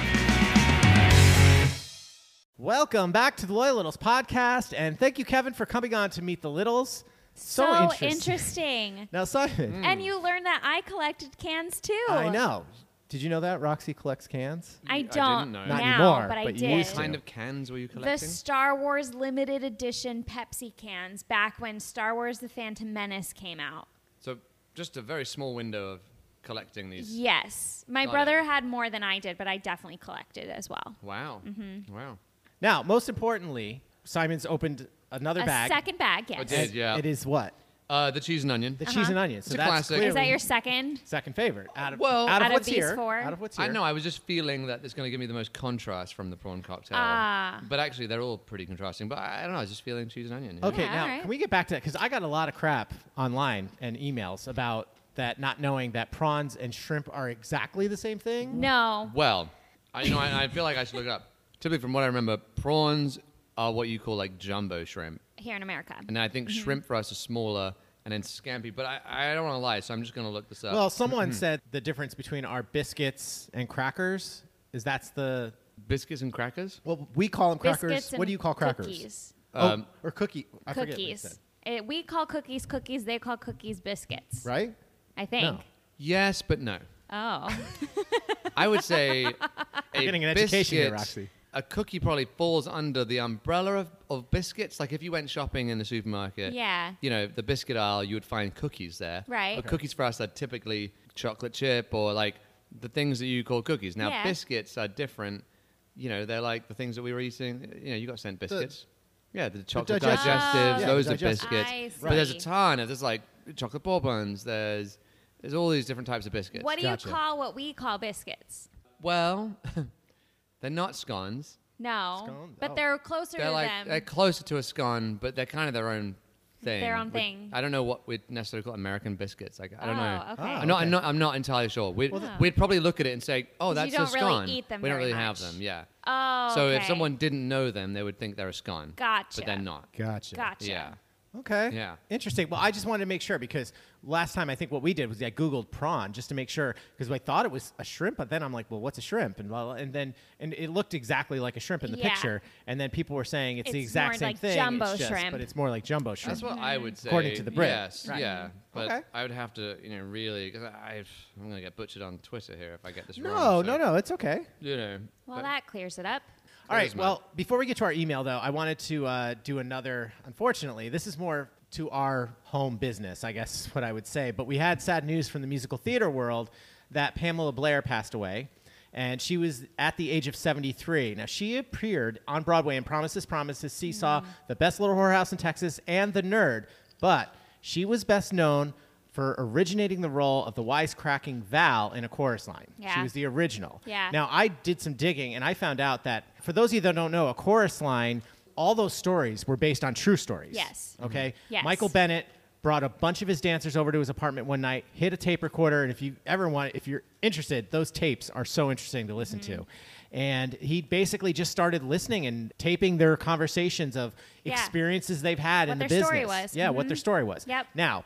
Speaker 3: Welcome back to the Loyal Littles podcast. And thank you, Kevin, for coming on to Meet the Littles. So, interesting.
Speaker 4: interesting.
Speaker 3: Now, Simon.
Speaker 4: And you learned that I collected cans too.
Speaker 3: Hmm. I know. Did you know that? Roxy collects cans?
Speaker 4: I
Speaker 5: didn't
Speaker 4: don't
Speaker 5: know.
Speaker 4: now,
Speaker 5: Not
Speaker 3: anymore,
Speaker 4: but I
Speaker 3: but you
Speaker 4: did.
Speaker 3: used to.
Speaker 5: kind of cans were you
Speaker 4: The
Speaker 5: collecting?
Speaker 4: Star Wars limited edition Pepsi cans back when Star Wars The Phantom Menace came out.
Speaker 5: so just a very small window of collecting these.
Speaker 4: Yes. My
Speaker 5: Got
Speaker 4: brother
Speaker 5: it.
Speaker 4: had more than I did, but I definitely collected as well.
Speaker 5: Wow.
Speaker 8: Mm-hmm.
Speaker 5: Wow.
Speaker 3: Now, most importantly, Simon's opened another
Speaker 4: A
Speaker 3: bag. Oh,
Speaker 4: second bag, yes.
Speaker 5: did.
Speaker 3: It-
Speaker 5: yeah.
Speaker 3: It is what?
Speaker 5: Uh, the cheese and onion.
Speaker 3: The cheese and onion. So
Speaker 5: It's a
Speaker 3: that's
Speaker 5: classic.
Speaker 3: clearly
Speaker 4: Uh-huh. Is that your second?
Speaker 3: second favorite out of
Speaker 5: Well-
Speaker 3: out of
Speaker 4: Out of
Speaker 3: what's
Speaker 4: these
Speaker 3: here.
Speaker 4: four?
Speaker 3: Out of what's here.
Speaker 5: I know. I was just feeling that it's going to give me the most contrast from the prawn cocktail.
Speaker 4: Ah.
Speaker 5: But actually, they're all pretty contrasting. But I, I don't know. I was just feeling cheese and onion. you know?
Speaker 3: Okay,
Speaker 4: Yeah,
Speaker 3: now
Speaker 4: all right.
Speaker 3: can we get back to that? Because I got a lot of crap online and emails about that not knowing that prawns and shrimp are exactly the same thing.
Speaker 4: No.
Speaker 5: Well, I, you know, I, I feel like I should look it up. Typically, from what I remember, prawns are what you call like jumbo shrimp,
Speaker 4: Here in America.
Speaker 5: and I
Speaker 3: Mm-hmm.
Speaker 5: think shrimp for us is smaller, and then scampi. But I, I don't want to lie, so I'm just going to look this up.
Speaker 3: Well, someone
Speaker 5: Mm-hmm.
Speaker 3: said the difference between our biscuits and crackers is that's the
Speaker 5: biscuits and crackers.
Speaker 3: well we call them crackers.
Speaker 4: Biscuits
Speaker 3: what do
Speaker 4: and
Speaker 3: you call crackers?
Speaker 4: Cookies.
Speaker 3: Oh,
Speaker 5: Um,
Speaker 3: or cookie. I forget what they said.
Speaker 4: cookies. Eh, we call cookies cookies. They call cookies biscuits.
Speaker 3: Right?
Speaker 4: I think.
Speaker 5: Yes, but no.
Speaker 4: Oh.
Speaker 5: I would say a
Speaker 3: getting an education here,
Speaker 5: biscuit-
Speaker 3: Roxy.
Speaker 5: A cookie probably falls under the umbrella of, of biscuits. Like if you went shopping in the supermarket,
Speaker 4: Yeah.
Speaker 5: you know the biscuit aisle, you would find cookies there.
Speaker 4: Right.
Speaker 5: But cookies for us are typically chocolate chip or like the things that you call cookies. Now
Speaker 4: Yeah.
Speaker 5: biscuits are different. You know they're like the things that we were eating. You know you got sent biscuits. yeah, the chocolate
Speaker 3: digestives.
Speaker 5: digestives.
Speaker 3: Yeah,
Speaker 5: those
Speaker 3: the
Speaker 5: are
Speaker 3: digestives.
Speaker 5: biscuits.
Speaker 4: I
Speaker 5: But there's a
Speaker 4: see.
Speaker 5: ton of there's like chocolate bonbons. There's there's all these different types of biscuits.
Speaker 4: What do
Speaker 3: Gotcha.
Speaker 4: you call what we call biscuits?
Speaker 5: Well, they're not scones.
Speaker 4: No,
Speaker 3: Scones?
Speaker 4: but
Speaker 3: Oh.
Speaker 4: they're closer
Speaker 5: They're
Speaker 4: to
Speaker 5: like
Speaker 4: them.
Speaker 5: they're closer to a scone, but they're kind of their own thing.
Speaker 4: Their own
Speaker 5: We-
Speaker 4: thing.
Speaker 5: I don't know what we'd necessarily call American biscuits. Like I don't know.
Speaker 4: Oh, okay.
Speaker 3: Ah.
Speaker 5: I'm not,
Speaker 3: okay.
Speaker 5: I'm not. I'm not entirely sure. We'd,
Speaker 4: th-
Speaker 5: we'd probably look at it and say, "Oh,
Speaker 4: 'Cause
Speaker 5: that's
Speaker 4: you
Speaker 5: a
Speaker 4: don't really
Speaker 5: scone."
Speaker 4: eat them
Speaker 5: we don't
Speaker 4: very
Speaker 5: really have
Speaker 4: much.
Speaker 5: them. Yeah.
Speaker 4: Oh,
Speaker 5: So if
Speaker 4: okay.
Speaker 5: someone didn't know them, they would think they're a scone.
Speaker 4: Gotcha.
Speaker 5: But they're not.
Speaker 3: Gotcha.
Speaker 4: gotcha.
Speaker 5: Yeah.
Speaker 3: Okay.
Speaker 5: Yeah.
Speaker 3: Interesting. Well, I just wanted to make sure because last time I think what we did was I Googled prawn just to make sure because I thought it was a shrimp, but then I'm like, well, what's a shrimp? And blah, blah, and then and it looked exactly like a shrimp in the
Speaker 4: Yeah.
Speaker 3: picture, and then people were saying it's, the
Speaker 4: It's
Speaker 3: exact
Speaker 4: more
Speaker 3: same
Speaker 4: like
Speaker 3: thing,
Speaker 4: jumbo
Speaker 3: it's just-
Speaker 4: shrimp.
Speaker 3: but it's more like jumbo shrimp.
Speaker 5: That's what I would say.
Speaker 3: According to the Brit.
Speaker 5: Yes.
Speaker 3: Right.
Speaker 5: Yeah. But
Speaker 3: Okay.
Speaker 5: I would have to, you know, really, because I'm gonna get butchered on Twitter here if I get this
Speaker 3: no,
Speaker 5: wrong.
Speaker 3: no,
Speaker 5: so,
Speaker 3: no, it's okay.
Speaker 5: You know.
Speaker 4: Well,
Speaker 5: but-
Speaker 4: that clears it up.
Speaker 3: All right.
Speaker 5: Charisma.
Speaker 3: Well, before we get to our email, though, I wanted to uh, do another. Unfortunately, this is more to our home business, I guess, is what I would say. But we had sad news from the musical theater world that Pamela Blair passed away, and she was at the age of 73. Now, she appeared on Broadway in Promises, Promises, Seesaw, The Best Little Whorehouse in Texas, and The Nerd. But she was best known for originating the role of the wisecracking Val in A Chorus Line. She
Speaker 4: Yeah.
Speaker 3: was the original.
Speaker 4: Yeah.
Speaker 3: Now, I did some digging and I found out that for those of you that don't know, a chorus line, all those stories were based on true stories.
Speaker 4: Yes. Mm-hmm.
Speaker 3: Okay.
Speaker 4: Yes.
Speaker 3: Michael Bennett brought a bunch of his dancers over to his apartment one night, hit a tape recorder, and if you ever want, if you're interested, those tapes are so interesting to listen to.
Speaker 4: Mm-hmm.
Speaker 3: And he basically just started listening and taping their conversations of
Speaker 4: Yeah.
Speaker 3: experiences they've had
Speaker 4: What
Speaker 3: in the
Speaker 4: their
Speaker 3: business.
Speaker 4: story was.
Speaker 3: Yeah, what their story was.
Speaker 4: Mm-hmm. Yep.
Speaker 3: Now,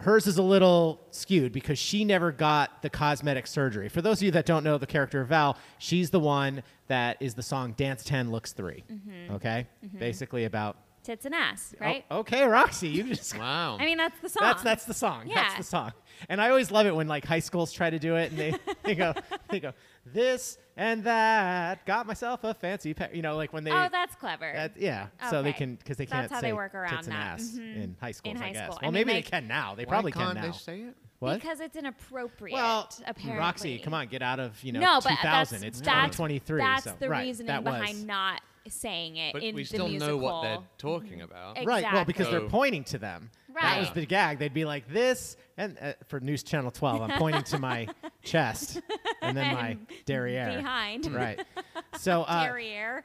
Speaker 3: hers is a little skewed because she never got the cosmetic surgery. For those of you that don't know the character of Val, she's the one that is the song Dance 10 Looks 3.
Speaker 4: Mm-hmm.
Speaker 3: Okay? Basically about
Speaker 4: Tits and ass,
Speaker 3: Oh,
Speaker 4: right?
Speaker 3: okay, Roxy, you just
Speaker 5: Wow.
Speaker 4: I mean, that's the song.
Speaker 3: That's that's the song. That's
Speaker 4: Yeah.
Speaker 3: the song. And I always love it when like high schools try to do it and they, they go they go this and that got myself a fancy pair. You know, like when they
Speaker 4: oh, that's clever.
Speaker 3: that- yeah, so they
Speaker 4: Okay.
Speaker 3: can because they
Speaker 4: That's
Speaker 3: can't
Speaker 4: how
Speaker 3: say
Speaker 4: they work around
Speaker 3: tits and
Speaker 4: that. Mm-hmm.
Speaker 3: ass in high schools. I
Speaker 4: high
Speaker 3: guess.
Speaker 4: school. I
Speaker 3: Well,
Speaker 4: mean,
Speaker 3: maybe
Speaker 4: like-
Speaker 3: they can now. They
Speaker 5: Why
Speaker 3: probably
Speaker 5: can't
Speaker 3: can
Speaker 5: they
Speaker 3: now.
Speaker 5: say it?
Speaker 3: What?
Speaker 4: Because it's inappropriate.
Speaker 3: well,
Speaker 4: apparently.
Speaker 3: Roxy, come on, get out of you know
Speaker 4: no, but
Speaker 3: 2000.
Speaker 4: that's,
Speaker 3: it's
Speaker 4: that's,
Speaker 3: 2023.
Speaker 4: That's
Speaker 3: so-
Speaker 4: the
Speaker 3: right,
Speaker 4: reasoning
Speaker 3: that was.
Speaker 4: behind not saying it
Speaker 5: But
Speaker 4: in
Speaker 5: we
Speaker 4: the
Speaker 5: still know
Speaker 4: musical.
Speaker 5: what they're
Speaker 3: Mm-hmm.
Speaker 5: talking about.
Speaker 4: Ex-
Speaker 3: Right, well, because they're
Speaker 5: Exactly.
Speaker 3: pointing to them. That was
Speaker 4: Right.
Speaker 3: the gag. They'd be like this, and uh, for News Channel 12, I'm pointing to my chest and then my derriere.
Speaker 4: behind.
Speaker 3: Right. So uh,
Speaker 4: Derriere.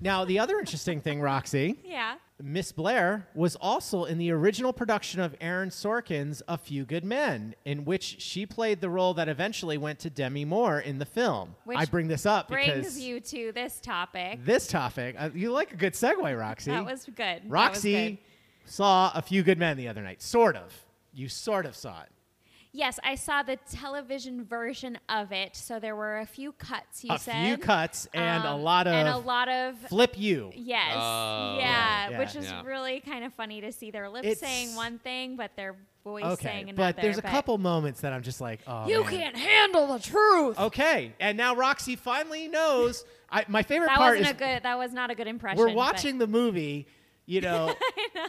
Speaker 3: now the other interesting thing, Roxy,
Speaker 4: yeah.
Speaker 3: Miss Blair was also in the original production of Aaron Sorkin's A Few Good Men, in which she played the role that eventually went to Demi Moore in the film.
Speaker 4: Which
Speaker 3: I bring this up
Speaker 4: Brings
Speaker 3: because
Speaker 4: you to this topic.
Speaker 3: this topic, uh, you like a good segue, Roxy.
Speaker 4: That was good. That was good.
Speaker 3: Roxy saw A Few Good Men the other night. Sort of. You sort of saw it.
Speaker 4: Yes, I saw the television version of it. So there were a few cuts. You
Speaker 3: a
Speaker 4: said
Speaker 3: few cuts and a
Speaker 4: Um,
Speaker 3: lot of
Speaker 4: and a lot of
Speaker 3: flip you.
Speaker 4: yes,
Speaker 5: Oh.
Speaker 4: yeah,
Speaker 3: Yeah,
Speaker 4: which
Speaker 5: yeah.
Speaker 4: is
Speaker 5: Yeah.
Speaker 4: really kind of funny to see their lips
Speaker 3: It's-
Speaker 4: saying one thing, but their voice
Speaker 3: Okay,
Speaker 4: saying another.
Speaker 3: but there's a couple moments that I'm just like, oh,
Speaker 4: You
Speaker 3: man.
Speaker 4: can't handle the truth.
Speaker 3: Okay, and now Roxy finally knows. I, my favorite
Speaker 4: that
Speaker 3: part
Speaker 4: wasn't
Speaker 3: is
Speaker 4: a good. That was not a good impression.
Speaker 3: we're
Speaker 4: but-
Speaker 3: watching the movie. You know,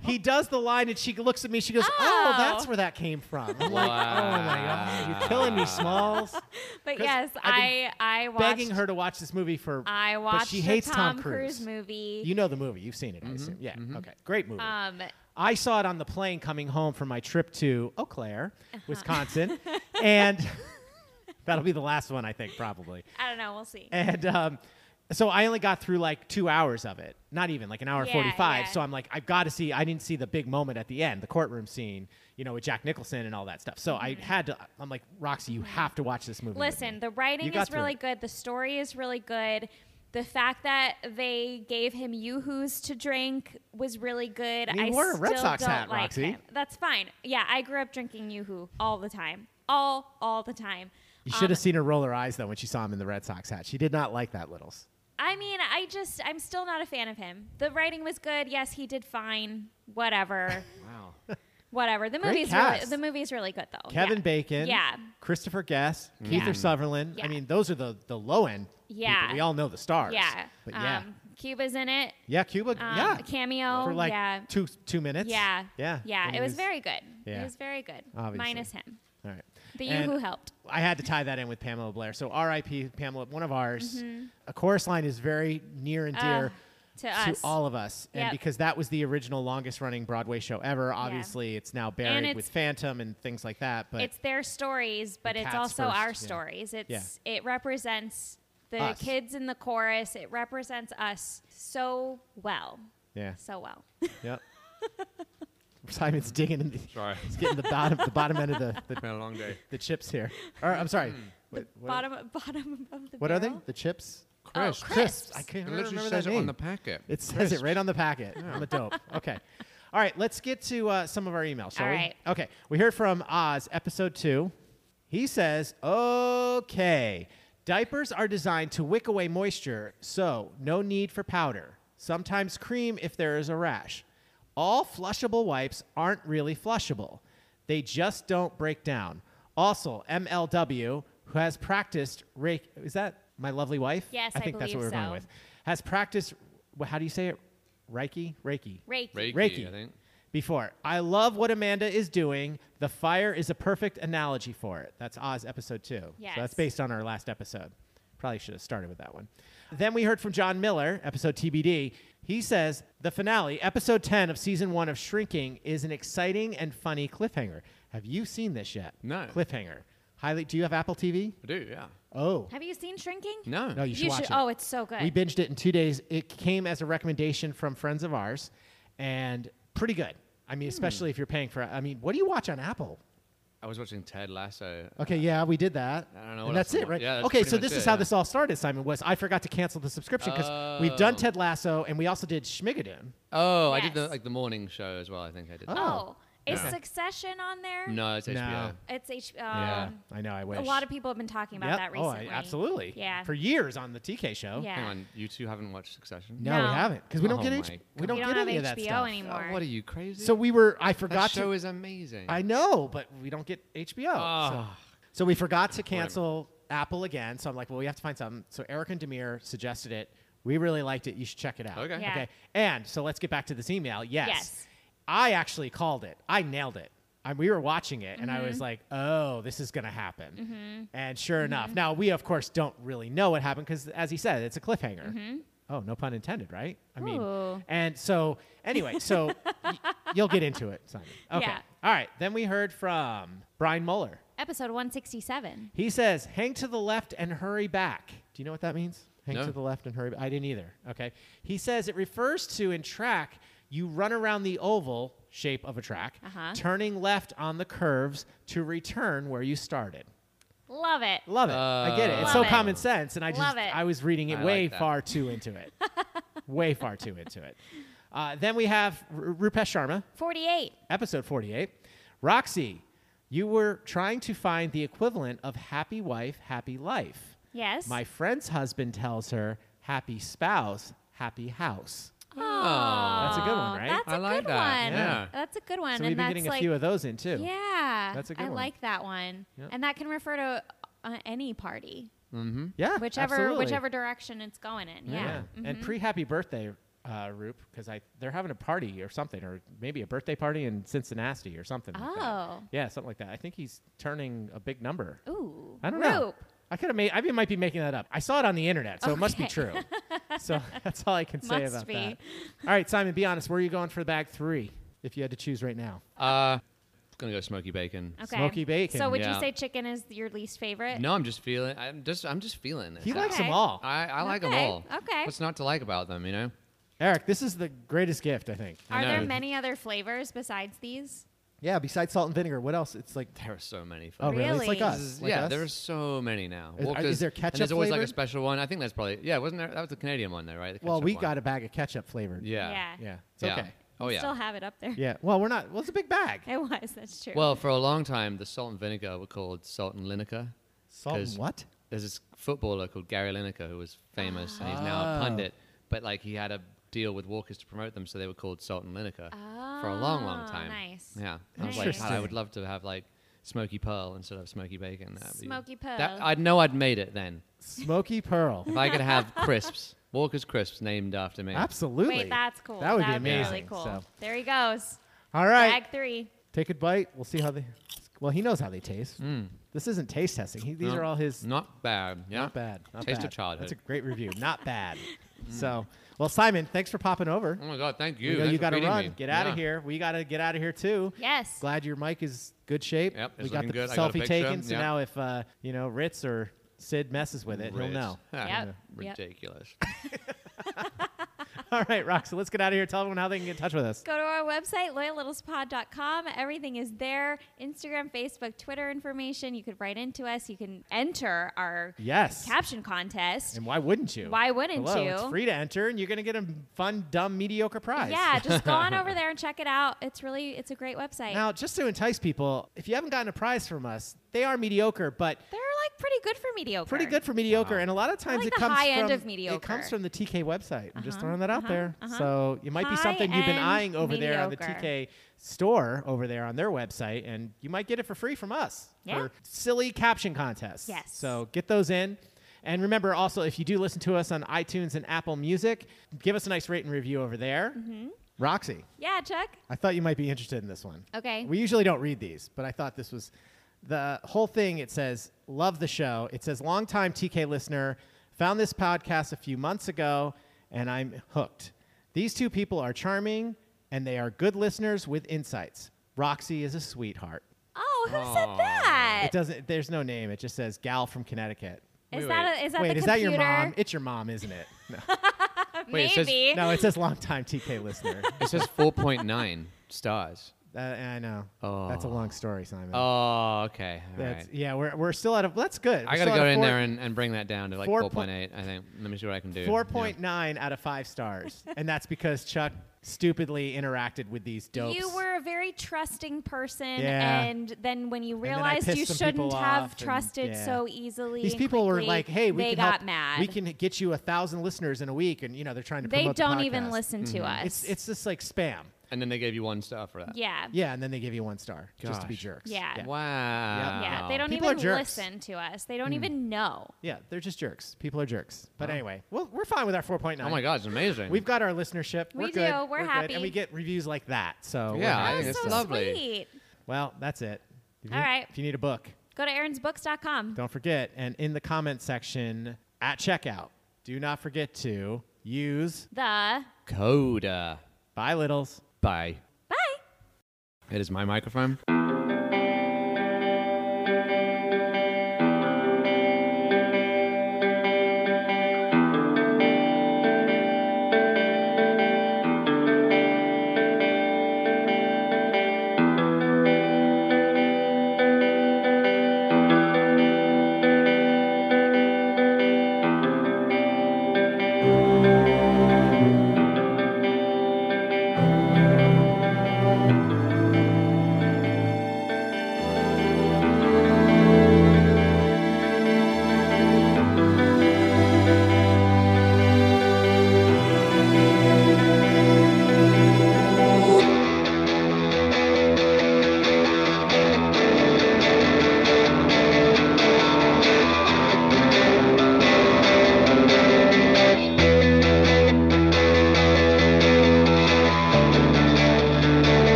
Speaker 3: he does the line, and she looks at me. She goes, "Oh,
Speaker 4: Oh.
Speaker 3: that's where that came from." I'm like, "Oh my god, you're killing me, Smalls."
Speaker 4: But
Speaker 3: 'cause
Speaker 4: yes,
Speaker 3: I've
Speaker 4: I
Speaker 3: been
Speaker 4: I watched.
Speaker 3: Begging her to watch this movie for.
Speaker 4: I watched
Speaker 3: But she
Speaker 4: the
Speaker 3: hates
Speaker 4: Tom,
Speaker 3: Tom Cruise.
Speaker 4: movie.
Speaker 3: You know the movie. You've seen it, I assume. Yeah. Okay. Great movie.
Speaker 4: um,
Speaker 3: I saw it on the plane coming home from my trip to Eau Claire,
Speaker 4: Uh-huh.
Speaker 3: Wisconsin, and that'll be the last one, I think, probably.
Speaker 4: I don't know. We'll see.
Speaker 3: And um, so I only got through like two hours of it, not even like an hour
Speaker 4: Yeah,
Speaker 3: 45.
Speaker 4: yeah.
Speaker 3: So I'm like, I've got to see, I didn't see the big moment at the end, the courtroom scene, you know, with Jack Nicholson and all that stuff. So I had to, I'm like, Roxy, you have to watch this movie. with me."
Speaker 4: Mm-hmm. Listen, the
Speaker 3: You
Speaker 4: writing
Speaker 3: got
Speaker 4: is
Speaker 3: through
Speaker 4: really
Speaker 3: it.
Speaker 4: good. The story is really good. The fact that they gave him yoo-hoos to drink was really good.
Speaker 3: You
Speaker 4: I
Speaker 3: wore a
Speaker 4: still
Speaker 3: Red Sox
Speaker 4: don't
Speaker 3: hat,
Speaker 4: like
Speaker 3: Roxy.
Speaker 4: him. That's fine. Yeah, I grew up drinking yoo-hoo all the time. All all the time.
Speaker 3: You
Speaker 4: um,
Speaker 3: should have seen her roll her eyes, though, when she saw him in the Red Sox hat. She did not like that, Littles.
Speaker 4: I mean, I just I'm still not a fan of him. The writing was good. Yes, he did fine. Whatever.
Speaker 5: wow.
Speaker 4: Whatever. The
Speaker 3: Great
Speaker 4: movie's really,
Speaker 3: cast.
Speaker 4: the movie's really good though.
Speaker 3: Kevin
Speaker 4: yeah.
Speaker 3: Bacon,
Speaker 4: Yeah.
Speaker 3: Christopher Guest, Keith
Speaker 4: Yeah.
Speaker 3: Sutherland. I
Speaker 4: Yeah.
Speaker 3: mean, those are the the low end. people.
Speaker 4: Yeah.
Speaker 3: we all know the stars.
Speaker 4: Yeah.
Speaker 3: but yeah,
Speaker 4: Um, Cuba's in it.
Speaker 3: yeah, Cuba,
Speaker 4: Um,
Speaker 3: yeah,
Speaker 4: a cameo.
Speaker 3: for like
Speaker 4: yeah.
Speaker 3: two two minutes.
Speaker 4: yeah.
Speaker 3: yeah,
Speaker 4: Yeah.
Speaker 3: And
Speaker 4: It was very good.
Speaker 3: yeah.
Speaker 4: It was very good.
Speaker 3: Obviously.
Speaker 4: Minus him.
Speaker 3: All right.
Speaker 4: But you
Speaker 3: And
Speaker 4: who helped.
Speaker 3: I had to tie that in with Pamela Blair. So R.I.P. Pamela, one of ours. A chorus line is very near and dear.
Speaker 4: Mm-hmm. uh, to us.
Speaker 3: all of us, and
Speaker 4: Yep.
Speaker 3: because that was the original longest-running Broadway show ever. Obviously, it's now buried
Speaker 4: it's-
Speaker 3: with Phantom and things like that. But
Speaker 4: it's their stories, but it's
Speaker 3: cats
Speaker 4: also
Speaker 3: first, yeah.
Speaker 4: our stories. It's it represents the
Speaker 3: Us.
Speaker 4: kids in the chorus. It represents us so well.
Speaker 3: yeah,
Speaker 4: So well.
Speaker 3: yep. Simon's digging in the,
Speaker 5: Sorry,
Speaker 3: It's getting the bottom the bottom end of the, the,
Speaker 5: it's been a long day.
Speaker 3: the chips here. Or I'm sorry. What, what,
Speaker 4: bottom bottom of the
Speaker 3: what are they?
Speaker 4: barrel.
Speaker 3: The chips?
Speaker 5: Crisp.
Speaker 4: crisps.
Speaker 3: I Oh, can't
Speaker 5: It
Speaker 3: remember
Speaker 5: literally
Speaker 3: that
Speaker 5: says it
Speaker 3: name.
Speaker 5: on the packet.
Speaker 3: It says it right on the packet. I'm a dope. Okay. All right, let's get to uh, some of our emails, shall
Speaker 4: All
Speaker 3: we?
Speaker 4: right.
Speaker 3: Okay. We heard from Oz, episode two. He says, okay, diapers are designed to wick away moisture, so no need for powder. Sometimes cream if there is a rash. All flushable wipes aren't really flushable, they just don't break down. Also, MLW, who has practiced rake, is that my lovely wife?
Speaker 4: Yes,
Speaker 3: I
Speaker 4: I
Speaker 3: think that's what
Speaker 4: believe
Speaker 3: we're going
Speaker 4: so.
Speaker 3: with has practiced. wh- How do you say it? Reiki, Reiki.
Speaker 4: Reiki.
Speaker 5: Reiki,
Speaker 3: Reiki.
Speaker 5: I think.
Speaker 3: Before, I love what Amanda is doing. The fire is a perfect analogy for it. That's Oz episode two. So that's
Speaker 4: Yes.
Speaker 3: based on our last episode. Probably should have started with that one. Then we heard from John Miller, episode TBD. He says the finale, episode ten of season one of Shrinking, is an exciting and funny cliffhanger. Have you seen this yet?
Speaker 5: No.
Speaker 3: Cliffhanger. Highly. Do you have Apple TV?
Speaker 5: I do, yeah.
Speaker 3: Oh.
Speaker 4: Have you seen Shrinking?
Speaker 5: No.
Speaker 3: No, you should watch it.
Speaker 4: Oh, it's so good.
Speaker 3: We binged it in two days. It came as a recommendation from friends of ours, and pretty good. I
Speaker 4: Hmm.
Speaker 3: mean, especially if you're paying for. I mean, what do you watch on Apple?
Speaker 5: I was watching Ted Lasso.
Speaker 3: Okay, yeah, we did that.
Speaker 5: I don't know what
Speaker 3: And that's
Speaker 5: else I
Speaker 3: it, right?
Speaker 5: want. Yeah, that's
Speaker 3: okay,
Speaker 5: pretty
Speaker 3: so
Speaker 5: much
Speaker 3: this is
Speaker 5: it,
Speaker 3: how
Speaker 5: yeah.
Speaker 3: this all started. Simon was I forgot to cancel the subscription because we've done
Speaker 5: Oh.
Speaker 3: Ted Lasso and we also did Schmigadoon.
Speaker 5: Oh, I did the
Speaker 4: Yes.
Speaker 5: like the morning show as well. I think I did.
Speaker 4: oh. Is
Speaker 5: Yeah.
Speaker 4: Succession on there?
Speaker 5: No, it's
Speaker 3: Oh. No.
Speaker 5: HBO.
Speaker 4: It's H. Um,
Speaker 5: Yeah.
Speaker 3: I know. I wish.
Speaker 4: A lot of people have been talking about
Speaker 3: Yep.
Speaker 4: that
Speaker 3: Oh, I-
Speaker 4: recently.
Speaker 3: absolutely.
Speaker 4: Yeah.
Speaker 3: For years on the TK show.
Speaker 4: yeah.
Speaker 5: Hang on, you two haven't watched Succession.
Speaker 3: No, we
Speaker 4: No.
Speaker 3: haven't because we don't
Speaker 5: Oh
Speaker 3: get
Speaker 5: my
Speaker 3: H- we
Speaker 5: God.
Speaker 3: don't
Speaker 4: We
Speaker 3: get
Speaker 4: don't have
Speaker 3: any of that
Speaker 4: HBO
Speaker 3: stuff.
Speaker 5: Oh,
Speaker 4: anymore.
Speaker 5: what are you crazy?
Speaker 3: So we were. I forgot
Speaker 5: that
Speaker 3: to.
Speaker 5: show is amazing.
Speaker 3: I know, but we don't get HBO. So,
Speaker 5: Ah.
Speaker 3: so we forgot to cancel Apple again. So I'm like, well, we have to find something. So Eric and Demir suggested it. We really liked it. You should check it out.
Speaker 5: Okay.
Speaker 4: Yeah.
Speaker 3: Okay. And so let's get back to this email. Yes.
Speaker 4: Yes.
Speaker 3: I actually called it. I nailed it. I, we were watching it, and I
Speaker 4: Mm-hmm.
Speaker 3: was like, oh, this is going to happen. And sure
Speaker 4: Mm-hmm.
Speaker 3: enough, now we, of course, don't really know what happened because, as he said, it's a cliffhanger. Oh, no pun intended, right? I mean,
Speaker 4: Mm-hmm. Ooh.
Speaker 3: and so, anyway, so y- you'll get into it, Simon. Okay.
Speaker 4: Yeah.
Speaker 3: All right. Then we heard from Brian Muller.
Speaker 4: Episode 167.
Speaker 3: He says, hang to the left and hurry back. Do you know what that means? Hang
Speaker 5: No.
Speaker 3: to the left and hurry back. I didn't either. Okay. He says it refers to in track, you run around the oval shape of a track,
Speaker 4: Uh-huh.
Speaker 3: turning left on the curves to return where you started.
Speaker 4: Love it.
Speaker 3: Love it. I get it. It's
Speaker 4: Love
Speaker 3: so
Speaker 4: it.
Speaker 3: common sense, and I just
Speaker 4: Love it.
Speaker 3: I was reading it
Speaker 5: I
Speaker 3: way
Speaker 5: like that.
Speaker 3: far too into it. way far too into it. Uh, then we have R- Rupesh Sharma,
Speaker 4: 48.
Speaker 3: episode 48. Roxy, you were trying to find the equivalent of happy wife, happy life.
Speaker 4: Yes.
Speaker 3: My friend's husband tells her happy spouse, happy house.
Speaker 5: Oh.
Speaker 3: That's a good one,
Speaker 4: Oh,
Speaker 3: right?
Speaker 4: That's
Speaker 5: I
Speaker 4: a
Speaker 5: like
Speaker 4: good
Speaker 5: that,
Speaker 4: one.
Speaker 5: yeah.
Speaker 4: That's a good one.
Speaker 3: so
Speaker 4: and
Speaker 3: we've been
Speaker 4: that's
Speaker 3: getting a
Speaker 4: like,
Speaker 3: few of those in too.
Speaker 4: Yeah.
Speaker 3: That's a good
Speaker 4: I
Speaker 3: one.
Speaker 4: like that one.
Speaker 3: Yep.
Speaker 4: And that can refer to uh, any party,
Speaker 3: Yeah,
Speaker 4: whichever
Speaker 3: absolutely.
Speaker 4: whichever direction it's going in. Yeah. Mm-hmm.
Speaker 3: And pre happy birthday, uh, Roop, because I they're having a party or something, or maybe a birthday party in Cincinnati or something. like that.
Speaker 4: Oh.
Speaker 3: yeah, something like that. I think he's turning a big number.
Speaker 4: Oow.
Speaker 3: I don't know.
Speaker 4: Roop.
Speaker 3: I could have made. I be- might be making that up. I saw it on the internet, so it must be
Speaker 4: Okay.
Speaker 3: true. so that's all I can say
Speaker 4: Must
Speaker 3: about
Speaker 4: be.
Speaker 3: that. All right, Simon, be honest. Where are you going for bag three? If you had to choose right now,
Speaker 5: Uh, gonna go smoky bacon.
Speaker 4: Okay.
Speaker 3: Smoky bacon,
Speaker 4: So would
Speaker 5: yeah.
Speaker 4: you say chicken is your least favorite?
Speaker 5: No, I'm just feeling. I'm just. I'm just feeling. It.
Speaker 3: he likes
Speaker 4: Okay.
Speaker 3: them all.
Speaker 5: I, I like them
Speaker 4: Okay,
Speaker 5: all.
Speaker 4: okay.
Speaker 5: What's not to like about them? You know.
Speaker 3: Eric, this is the greatest gift, I think.
Speaker 4: Are there
Speaker 5: No.
Speaker 4: many other flavors besides these?
Speaker 3: Yeah. Besides salt and vinegar, what else? It's like.
Speaker 5: There are so many.
Speaker 3: Oh,
Speaker 5: flavors.
Speaker 3: really? It's like
Speaker 4: Really?
Speaker 3: us.
Speaker 5: This is-
Speaker 3: Like
Speaker 5: yeah,
Speaker 3: us?
Speaker 5: there are so many now.
Speaker 3: Is-
Speaker 5: Well,
Speaker 3: are- is
Speaker 5: 'cause-
Speaker 3: there
Speaker 5: and
Speaker 3: ketchup
Speaker 5: There's always like
Speaker 3: flavored?
Speaker 5: a special one. I think that's probably yeah. Wasn't there? That was the Canadian one though, right? The
Speaker 3: Well,
Speaker 5: ketchup
Speaker 3: we
Speaker 5: one.
Speaker 3: got a bag of ketchup flavored.
Speaker 5: Yeah.
Speaker 4: Yeah.
Speaker 3: Yeah. It's
Speaker 5: Yeah.
Speaker 3: okay.
Speaker 5: Oh yeah.
Speaker 4: Still have it up there.
Speaker 3: Yeah. Well, we're not. Well, it's a big bag.
Speaker 4: It was. That's true.
Speaker 5: well, for a long time, the salt and vinegar were called salt and Lineker.
Speaker 3: Salt and
Speaker 5: 'Cause
Speaker 3: what? Ah.
Speaker 5: There's this footballer called Gary Lineker who was famous and he's now a pundit, but like he had a deal with Walkers to promote them, so they were called Salt and Lineker for a long, long
Speaker 4: Oh,
Speaker 5: time.
Speaker 4: nice.
Speaker 5: Yeah, I was like, God, I
Speaker 3: Interesting.
Speaker 5: would love to have like Smoky Pearl instead of Smoky Bacon. That'd be-
Speaker 4: Smoky Pearl.
Speaker 5: That, I'd know I'd made it then
Speaker 3: Smoky Pearl.
Speaker 5: if I could have crisps, Walker's crisps named after me.
Speaker 3: Absolutely.
Speaker 4: Wait, that's cool.
Speaker 3: That would be
Speaker 4: That'd
Speaker 3: amazing.
Speaker 4: really cool.
Speaker 3: So,
Speaker 4: There he goes.
Speaker 3: all right,
Speaker 4: Bag three.
Speaker 3: take a bite. We'll see how they. Well, he knows how they taste. This isn't taste testing. He, these
Speaker 5: Hmm. No,
Speaker 3: are all his.
Speaker 5: Not bad. Yeah.
Speaker 3: Not bad. Not
Speaker 5: Taste
Speaker 3: bad.
Speaker 5: of childhood.
Speaker 3: That's a great review. Not bad. so, well, Simon, thanks for popping over.
Speaker 5: oh my God! Thank
Speaker 3: We
Speaker 5: you.
Speaker 3: know
Speaker 5: Thanks
Speaker 3: you
Speaker 5: for
Speaker 3: got to
Speaker 5: feeding
Speaker 3: run.
Speaker 5: me.
Speaker 3: Get out
Speaker 5: Yeah.
Speaker 3: of here. We got to get out of here too.
Speaker 4: Yes.
Speaker 3: Glad your mic is good shape.
Speaker 5: Yep,
Speaker 3: we
Speaker 5: it's
Speaker 3: got the
Speaker 5: looking good. I got a
Speaker 3: selfie
Speaker 5: picture.
Speaker 3: taken. So
Speaker 5: Yep.
Speaker 3: now if uh, you know Ritz or Sid messes with it,
Speaker 5: Ritz.
Speaker 3: he'll know.
Speaker 5: Yeah,
Speaker 4: Yep. Yep.
Speaker 5: Ridiculous.
Speaker 3: All right, Roxy, let's get out of here. Tell everyone how they can get in touch with us.
Speaker 4: Go to our website, loyallittlespod.com. Everything is there Instagram, Facebook, Twitter information. You could write into us. You can enter our
Speaker 3: Yes.
Speaker 4: caption contest.
Speaker 3: And why wouldn't you?
Speaker 4: Why wouldn't
Speaker 3: Hello,
Speaker 4: you?
Speaker 3: It's free to enter, and you're going to get a fun, dumb, mediocre prize.
Speaker 4: Yeah, just go on over there and check it out. It's really, it's a great website.
Speaker 3: Now, just to entice people, if you haven't gotten a prize from us, they are mediocre, but
Speaker 4: They're like pretty good for mediocre.
Speaker 3: pretty good for mediocre. And a lot of times
Speaker 4: like
Speaker 3: it
Speaker 4: the
Speaker 3: comes
Speaker 4: high
Speaker 3: from
Speaker 4: end of
Speaker 3: it comes
Speaker 4: mediocre.
Speaker 3: from the TK website. I'm just
Speaker 4: Uh-huh,
Speaker 3: throwing that out
Speaker 4: uh-huh,
Speaker 3: there.
Speaker 4: uh-huh.
Speaker 3: So it might be something you've been
Speaker 4: High-end
Speaker 3: eyeing over there on the
Speaker 4: mediocre.
Speaker 3: TK store over there on their website, and you might get it for free from us
Speaker 4: Yeah.
Speaker 3: for silly caption contests.
Speaker 4: Yes.
Speaker 3: So get those in. And remember also, if you do listen to us on iTunes and Apple Music, give us a nice rate and review over there.
Speaker 4: Mm-hmm.
Speaker 3: Roxy,
Speaker 4: Yeah, Chuck.
Speaker 3: I thought you might be interested in this one.
Speaker 4: Okay.
Speaker 3: We usually don't read these, but I thought this was the whole thing. It says, Love the show. It says, Longtime TK listener, found this podcast a few months ago, and I'm hooked. These two people are charming, and they are good listeners with insights. Roxy is a sweetheart.
Speaker 4: Oh, who
Speaker 5: Aw.
Speaker 4: said that?
Speaker 3: It doesn't, there's no name. It just says, Gal from Connecticut.
Speaker 4: Eh. Is
Speaker 5: Wait,
Speaker 4: that
Speaker 5: wait.
Speaker 4: a, is that
Speaker 3: Wait,
Speaker 4: the
Speaker 3: is that
Speaker 4: computer?
Speaker 3: your mom? It's your mom, isn't it? No,
Speaker 5: Wait, it says-
Speaker 4: Maybe.
Speaker 3: no it says, Longtime TK listener.
Speaker 5: It says 4.9 stars.
Speaker 3: Uh, I know. That's a
Speaker 5: Oh.
Speaker 3: long story, Simon.
Speaker 5: Oh, okay. All
Speaker 3: That's,
Speaker 5: right.
Speaker 3: Yeah, we're, we're still out of. That's good.
Speaker 5: I got to
Speaker 3: We're still
Speaker 5: go
Speaker 3: at a
Speaker 5: in
Speaker 3: four-
Speaker 5: there and, and bring that down to like
Speaker 3: four
Speaker 5: 4.8,
Speaker 3: point-
Speaker 5: I think. Let me see what I can do.
Speaker 3: Four point nine out of five stars, and that's because Chuck stupidly interacted with these dopes.
Speaker 4: You were a very trusting person,
Speaker 3: Yeah.
Speaker 4: and then when you
Speaker 3: then I
Speaker 4: realized you
Speaker 3: pissed some people
Speaker 4: shouldn't
Speaker 3: off
Speaker 4: have
Speaker 3: and-
Speaker 4: trusted
Speaker 3: yeah.
Speaker 4: so easily,
Speaker 3: these
Speaker 4: and
Speaker 3: people were
Speaker 4: quickly,
Speaker 3: like, "Hey, we
Speaker 4: they
Speaker 3: can
Speaker 4: got
Speaker 3: help-
Speaker 4: mad.
Speaker 3: We can get you a thousand listeners in a week," and you know they're trying to.
Speaker 4: they
Speaker 3: promote the
Speaker 4: don't even
Speaker 3: podcast. Mm-hmm.
Speaker 4: listen to us.
Speaker 3: It's it's just like spam.
Speaker 5: And then they gave you one star for that.
Speaker 4: yeah,
Speaker 3: Yeah, and then they give you one star just to be
Speaker 5: Gosh.
Speaker 3: jerks.
Speaker 4: Yeah.
Speaker 3: yeah,
Speaker 5: Wow.
Speaker 4: yeah. They don't
Speaker 3: People are
Speaker 4: even
Speaker 3: jerks. Mm.
Speaker 4: listen to us. They don't even know.
Speaker 3: Yeah, they're just jerks. People are jerks. But anyway, well, we're fine with our four point nine.
Speaker 5: Oh my God, it's amazing.
Speaker 3: We've got our listenership.
Speaker 4: We
Speaker 3: we're good.
Speaker 4: do. We're
Speaker 3: good.
Speaker 4: happy.
Speaker 3: and we get reviews like that. So we're
Speaker 5: Yeah, I
Speaker 3: happy.
Speaker 5: think
Speaker 4: That's
Speaker 5: it's
Speaker 4: so
Speaker 5: lovely.
Speaker 4: sweet.
Speaker 3: well, that's it. If you-
Speaker 4: All right.
Speaker 3: If you need a book,
Speaker 4: Go to aaronsbooks.com.
Speaker 3: Don't forget, and in the comment section at checkout, do not forget to use
Speaker 4: The
Speaker 5: Coda.
Speaker 3: buy littles.
Speaker 5: Bye.
Speaker 4: bye.
Speaker 5: It is my microphone.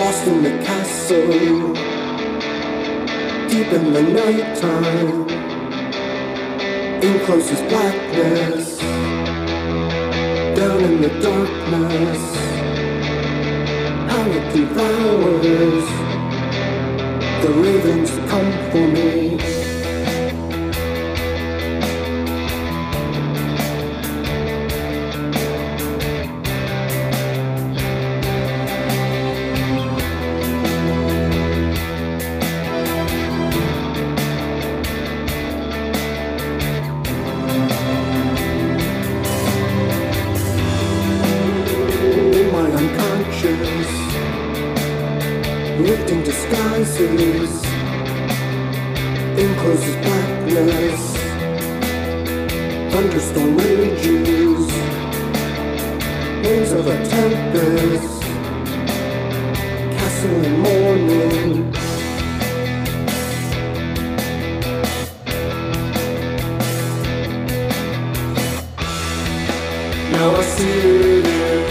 Speaker 7: Lost in the castle, deep in the night time, in closest blackness, down in the darkness, how it devours. The ravens come for me. in my unconscious, lifting disguises, In closest blackness, thunderstorm rages, winds of a tempest, castle in mourning. Now I see it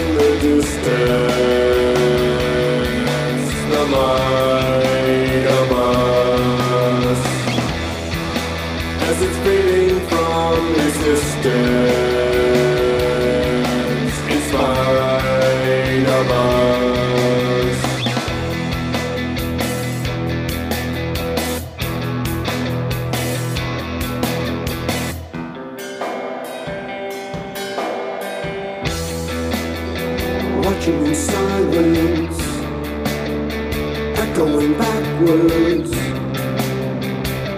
Speaker 7: in the distance, the light of us, as it's fading from existence, in spite of us. watching in silence, echoing backwards.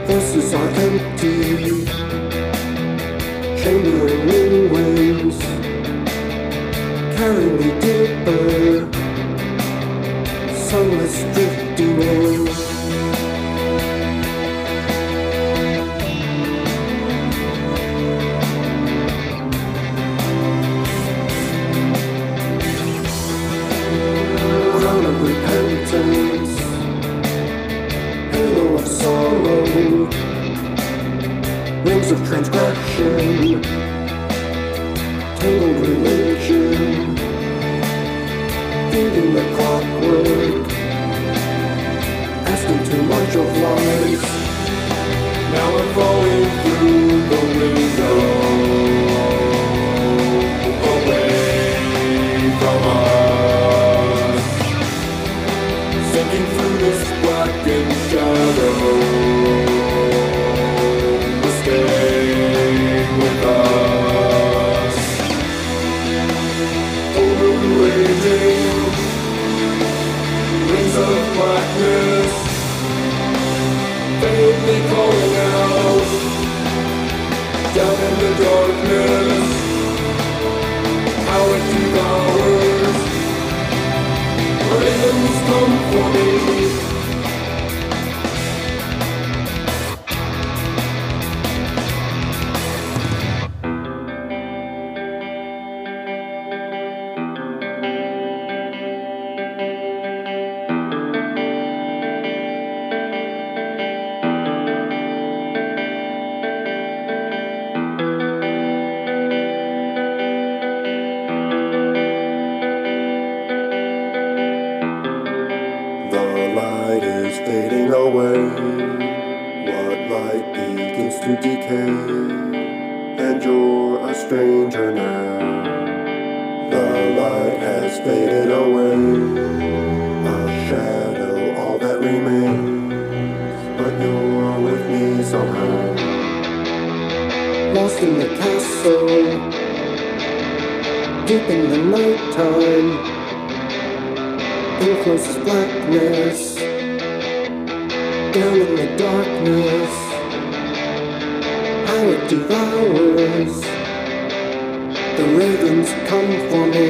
Speaker 7: Voices are empty, chambering in winds. Carry me deeper, sunless drifting in. crown of repentance, halo of sorrow, wings of transgression, tangled religion, feeding the clockwork, asking too much of life. Now I'm falling through the window. Away from us sinking through this blackened shadow. Stay with us. Over the raging rings of blackness, faintly calling out. Down in the darkness, how it devours. Ravens come for me. The light is fading away. What light begins to decay? And you're a stranger now. The light has faded away. A shadow, all that remains. But you're with me somehow. Lost in the castle. Deep in the night time. In closest blackness, down in the darkness, how it devours. The ravens come for me.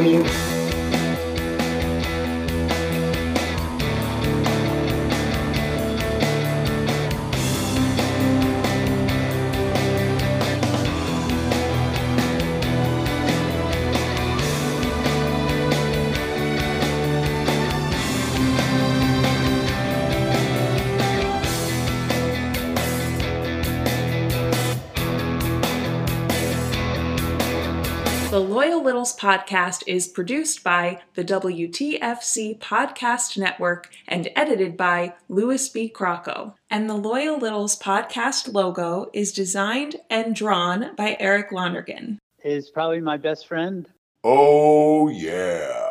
Speaker 1: The Loyal Littles podcast is produced by the WTFC Podcast Network and edited by Louis B. Crocco. And the Loyal Littles podcast logo is designed and drawn by Eric Lonergan.
Speaker 8: Is probably my best friend.
Speaker 9: Oh, yeah.